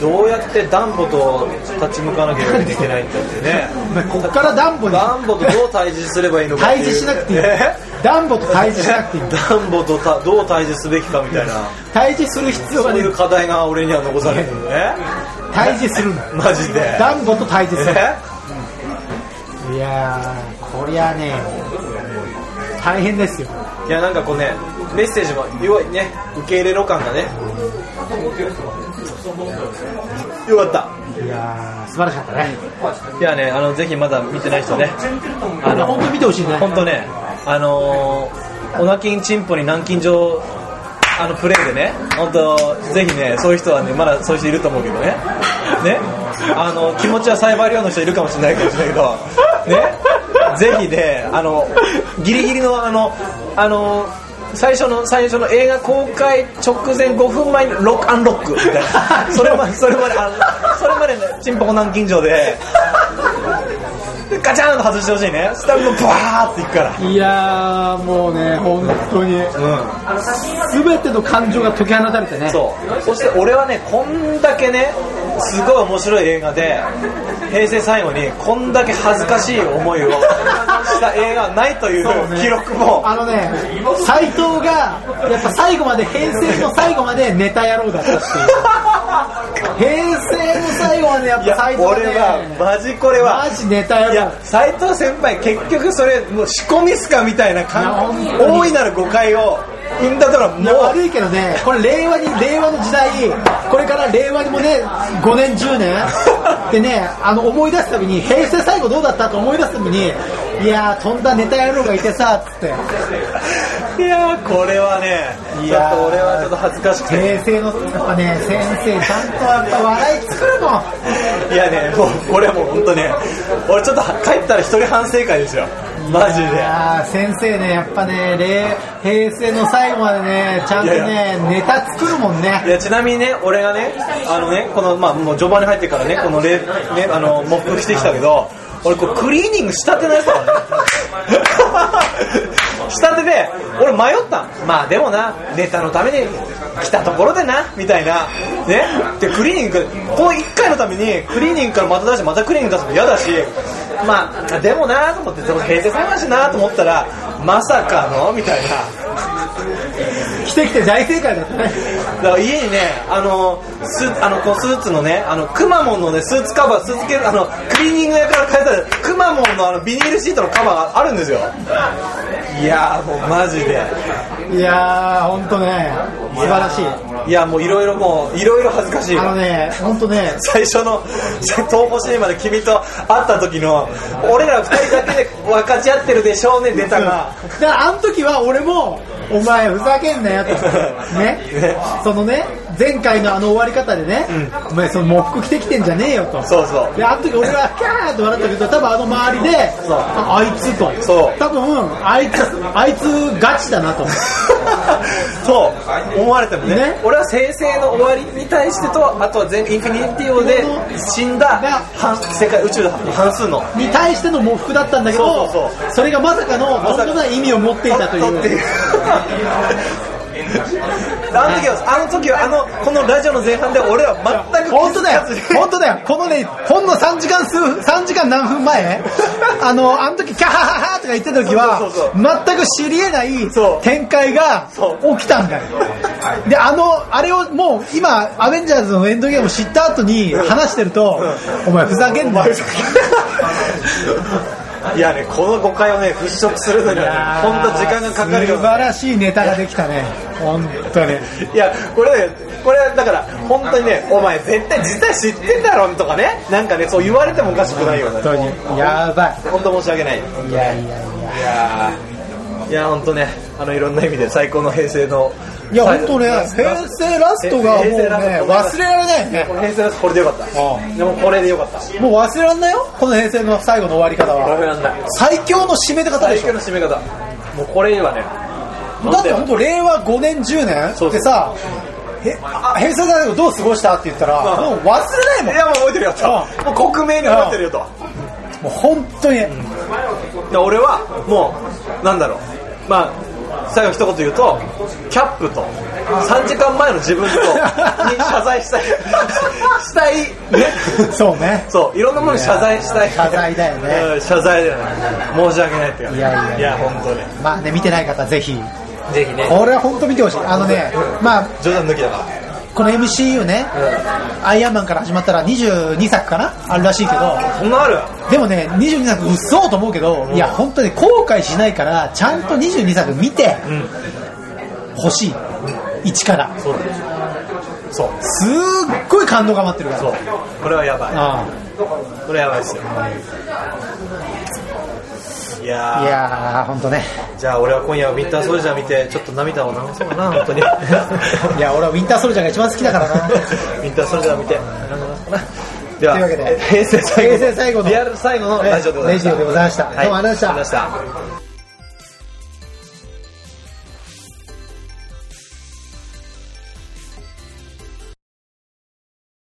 Speaker 4: どうやってダンボと立ち向かなきゃいけないんだってね。
Speaker 5: [LAUGHS] こっからダンボに
Speaker 4: ダンボとどう対峙すればいいのかって
Speaker 5: 対
Speaker 4: い
Speaker 5: 峙
Speaker 4: う。
Speaker 5: しなくていい
Speaker 4: え
Speaker 5: ダンボと対峙しなくていい
Speaker 4: ダンボとたどう対峙すべきかみ
Speaker 5: [LAUGHS]
Speaker 4: たいな、
Speaker 5: 対峙する必要
Speaker 4: そ
Speaker 5: は
Speaker 4: うい
Speaker 5: ね
Speaker 4: う課題が俺には残されてるのね。
Speaker 5: 対峙するの
Speaker 4: マジで。
Speaker 5: ダンボと対峙す
Speaker 4: え
Speaker 5: るいやーこりゃね大変ですよ
Speaker 4: いやなんかこうねメッセージも弱いね受け入れろ感がねよかっ
Speaker 5: いやー素晴らしかったね
Speaker 4: たいやねあのぜひまだ見てない人ねあ
Speaker 5: いや
Speaker 4: の
Speaker 5: 本当見てほしいね
Speaker 4: 本当ねあのー、おなきんちんぽに軟禁状あのプレイでね本当ぜひねそういう人はねまだそういう人いると思うけどねねあの気持ちは栽培量の人いるかもしれないかもしれないけどねぜひねあのギリギリのあのあの最初の最初の映画公開直前5分前にロックアンロックみたいなそれまでそれまであのそれまでねちんぽこ軟禁状ででガチャンと外してほしいねスタッフもバーっていくから
Speaker 5: いやーもうね本当に
Speaker 4: う
Speaker 5: 全ての感情が解き放たれてね
Speaker 4: んそうそして俺はねこんだけねすごい面白い映画で平成最後にこんだけ恥ずかしい思いをした映画はないという
Speaker 5: そうね
Speaker 4: 記録も
Speaker 5: あのね斎藤がやっぱ最後まで平成の最後までネタ野郎だったっていう平成の最後までやっ
Speaker 4: いや
Speaker 5: ぱ斎藤が、ね、
Speaker 4: 俺はマジこれは
Speaker 5: マジネタ
Speaker 4: い
Speaker 5: 野郎
Speaker 4: や斎藤先輩結局それもう仕込みっすかみたいな感
Speaker 5: いや本当に
Speaker 4: 大いなる誤解を生んだとは
Speaker 5: もう
Speaker 4: もう
Speaker 5: 悪いけどねこれ令和に令和の時代これから令和にもね5年10年
Speaker 4: [LAUGHS]
Speaker 5: でねあの思い出すたびに平成最後どうだったと思い出すたびにいやー飛んだネタ野郎がいてさつって
Speaker 4: いやーこれはね
Speaker 5: い
Speaker 4: ちょっ
Speaker 5: やー
Speaker 4: と俺はちょっと恥ずかしくて
Speaker 5: 平成のやっぱね先生ちゃんとやっぱ笑い作るの
Speaker 4: いやね、もうこれはもう本当ね、俺ちょっと帰ったら一人反省会ですよ、マジで。
Speaker 5: いやー先生ねやっぱね令平成の最後までねちゃんとね
Speaker 4: いや
Speaker 5: ネタ作るもん
Speaker 4: い
Speaker 5: ね
Speaker 4: やちなみにね、俺がね、あのね、この、まあ、もう序盤に入ってからね、このレ、ね、あの、モップ着てきたけど、俺、こう、クリーニングしたてのやつだ [LAUGHS] からね。下手で、俺迷ったのまあでもな、ネタのために来たところでな、みたいな。ね。で、クリーニング、この1回のために、クリーニングからまた出して、またクリーニング出すの嫌だし、まあ、でもなと思って、でも平成最後だしなと思ったら、まさかのみたいな。
Speaker 5: 来て来て大正解だったね
Speaker 4: だから家にね、あのスーあのこうスーツのね、あのくまモンの、ね、スーツカバー、スーツケースあのクリーニング屋から買えたくまモンのあのビニールシートのカバーがあるんですよ。いやー、もうマジで、
Speaker 5: いやー本当ね素晴らしい
Speaker 4: いや、もういろいろ、もういろいろ恥ずかしい
Speaker 5: あの
Speaker 4: わ。
Speaker 5: ね本当ね
Speaker 4: 最初の東宝シネマで君と会った時の俺ら二人だけで分かち合ってるでしょうね出
Speaker 5: だ
Speaker 4: たが
Speaker 5: からあの時は俺もお前ふざけんなよとね
Speaker 4: [LAUGHS] ね
Speaker 5: そのね前回のあの終わり方でね、お前その喪服着てきてんじゃねえよと
Speaker 4: そうそう [LAUGHS]
Speaker 5: であの時俺はキャーって笑ったけど多分あの周りで
Speaker 4: そう
Speaker 5: あいつと
Speaker 4: そう
Speaker 5: 多分あいつあいつガチだなと
Speaker 4: と思われてもね
Speaker 5: ね
Speaker 4: 俺は生成の終わりに対してとあとは全インフィニティオで死んだ半世界宇宙の半数の
Speaker 5: に対しての喪服だったんだけど
Speaker 4: そうそう
Speaker 5: れがまさかのとんでもない意味を持っていたとい
Speaker 4: とっていうう [LAUGHS] あの時はあの時はあのこのラジオの前半で俺は全く気
Speaker 5: 本当
Speaker 4: づ
Speaker 5: だよ
Speaker 4: かずに
Speaker 5: 本当だよこのねほんの3時間数3時間何分前あのあの時キャハハハとか言ってた時は
Speaker 4: そうそうそう
Speaker 5: 全く知り得ない
Speaker 4: そう
Speaker 5: 展開が
Speaker 4: そう
Speaker 5: 起きたんだよであのあれをもう今アベンジャーズのエンドゲームを知った後に話してるとお前ふざけんなよ
Speaker 4: いやねこの誤解をね払拭するのにはね本当時間がかかるよ
Speaker 5: 素晴らしいネタができたね本当に
Speaker 4: いやこれねこれはだから本当にねお前絶対実際知ってんだろとかねなんかねそう言われてもおかしくないよ
Speaker 5: 本
Speaker 4: ね
Speaker 5: 当にやばい
Speaker 4: 本当申し訳ない
Speaker 5: いやいやいや
Speaker 4: いやーいや本当ねあのいろんな意味で最高の平成の
Speaker 5: いや本当ね
Speaker 4: ラスト
Speaker 5: 平成ラストがもうね
Speaker 4: 平成ラス
Speaker 5: 忘
Speaker 4: ト
Speaker 5: れられないよね
Speaker 4: この平成ラストこれでよかったでもこれでよかった
Speaker 5: もう忘れらんないよこの平成の最後の終わり方は
Speaker 4: れなんない
Speaker 5: 最強の締め方で
Speaker 4: 最
Speaker 5: し
Speaker 4: 強
Speaker 5: ょ
Speaker 4: の締め方もうこれはね
Speaker 5: だって本当令和5年10年
Speaker 4: そう
Speaker 5: ってさへあ平成大学どう過ごしたって言ったら
Speaker 4: う
Speaker 5: も
Speaker 4: ん
Speaker 5: う忘れないもん
Speaker 4: いやもう覚えてるよと
Speaker 5: う
Speaker 4: もう克明に覚えてるよと
Speaker 5: もう本当に
Speaker 4: で俺はもうなんだろうまあ最後一言言うとキャップと3時間前の自分とに謝
Speaker 5: [LAUGHS]
Speaker 4: 罪したいしたいね
Speaker 5: そうね
Speaker 4: そういろんなものに謝罪したい
Speaker 5: 謝罪だよね
Speaker 4: うん謝罪だよね申し訳ないっていう
Speaker 5: いやいやいや
Speaker 4: いや本当に
Speaker 5: まあね見てない方ぜひ
Speaker 4: ぜひね
Speaker 5: これは本当見てほしいあのねまあ
Speaker 4: 冗談抜きだから
Speaker 5: この MCU ねアイアンマンから始まったら22作かなあるらしいけど
Speaker 4: そんなある
Speaker 5: でもね、22作、うっそうと思うけど、いや、本当に後悔しないから、ちゃんと22作見て、欲しい。一から。
Speaker 4: そうだそう
Speaker 5: すっごい感動が待ってるから。
Speaker 4: そうこれはやばい
Speaker 5: あ
Speaker 4: これはやばいですよいや
Speaker 5: あ
Speaker 4: ー
Speaker 5: いやー、本当 [LAUGHS] ね。
Speaker 4: じゃあ俺は今夜はウィンターソルジャー見てちょっと涙を流そうか
Speaker 5: [LAUGHS]
Speaker 4: な本当に
Speaker 5: いや、俺はウィンターソルジャーが一番好きだからな。
Speaker 4: ウィンターソルジャー見て涙を流そうかなでは
Speaker 5: というわけで
Speaker 4: 平成最後
Speaker 5: 平成最後の
Speaker 4: リアル最後のラジオでございま
Speaker 5: レ
Speaker 4: した
Speaker 5: ジオでございました
Speaker 4: はい
Speaker 5: どうもありがとうございました
Speaker 4: ありがとうございました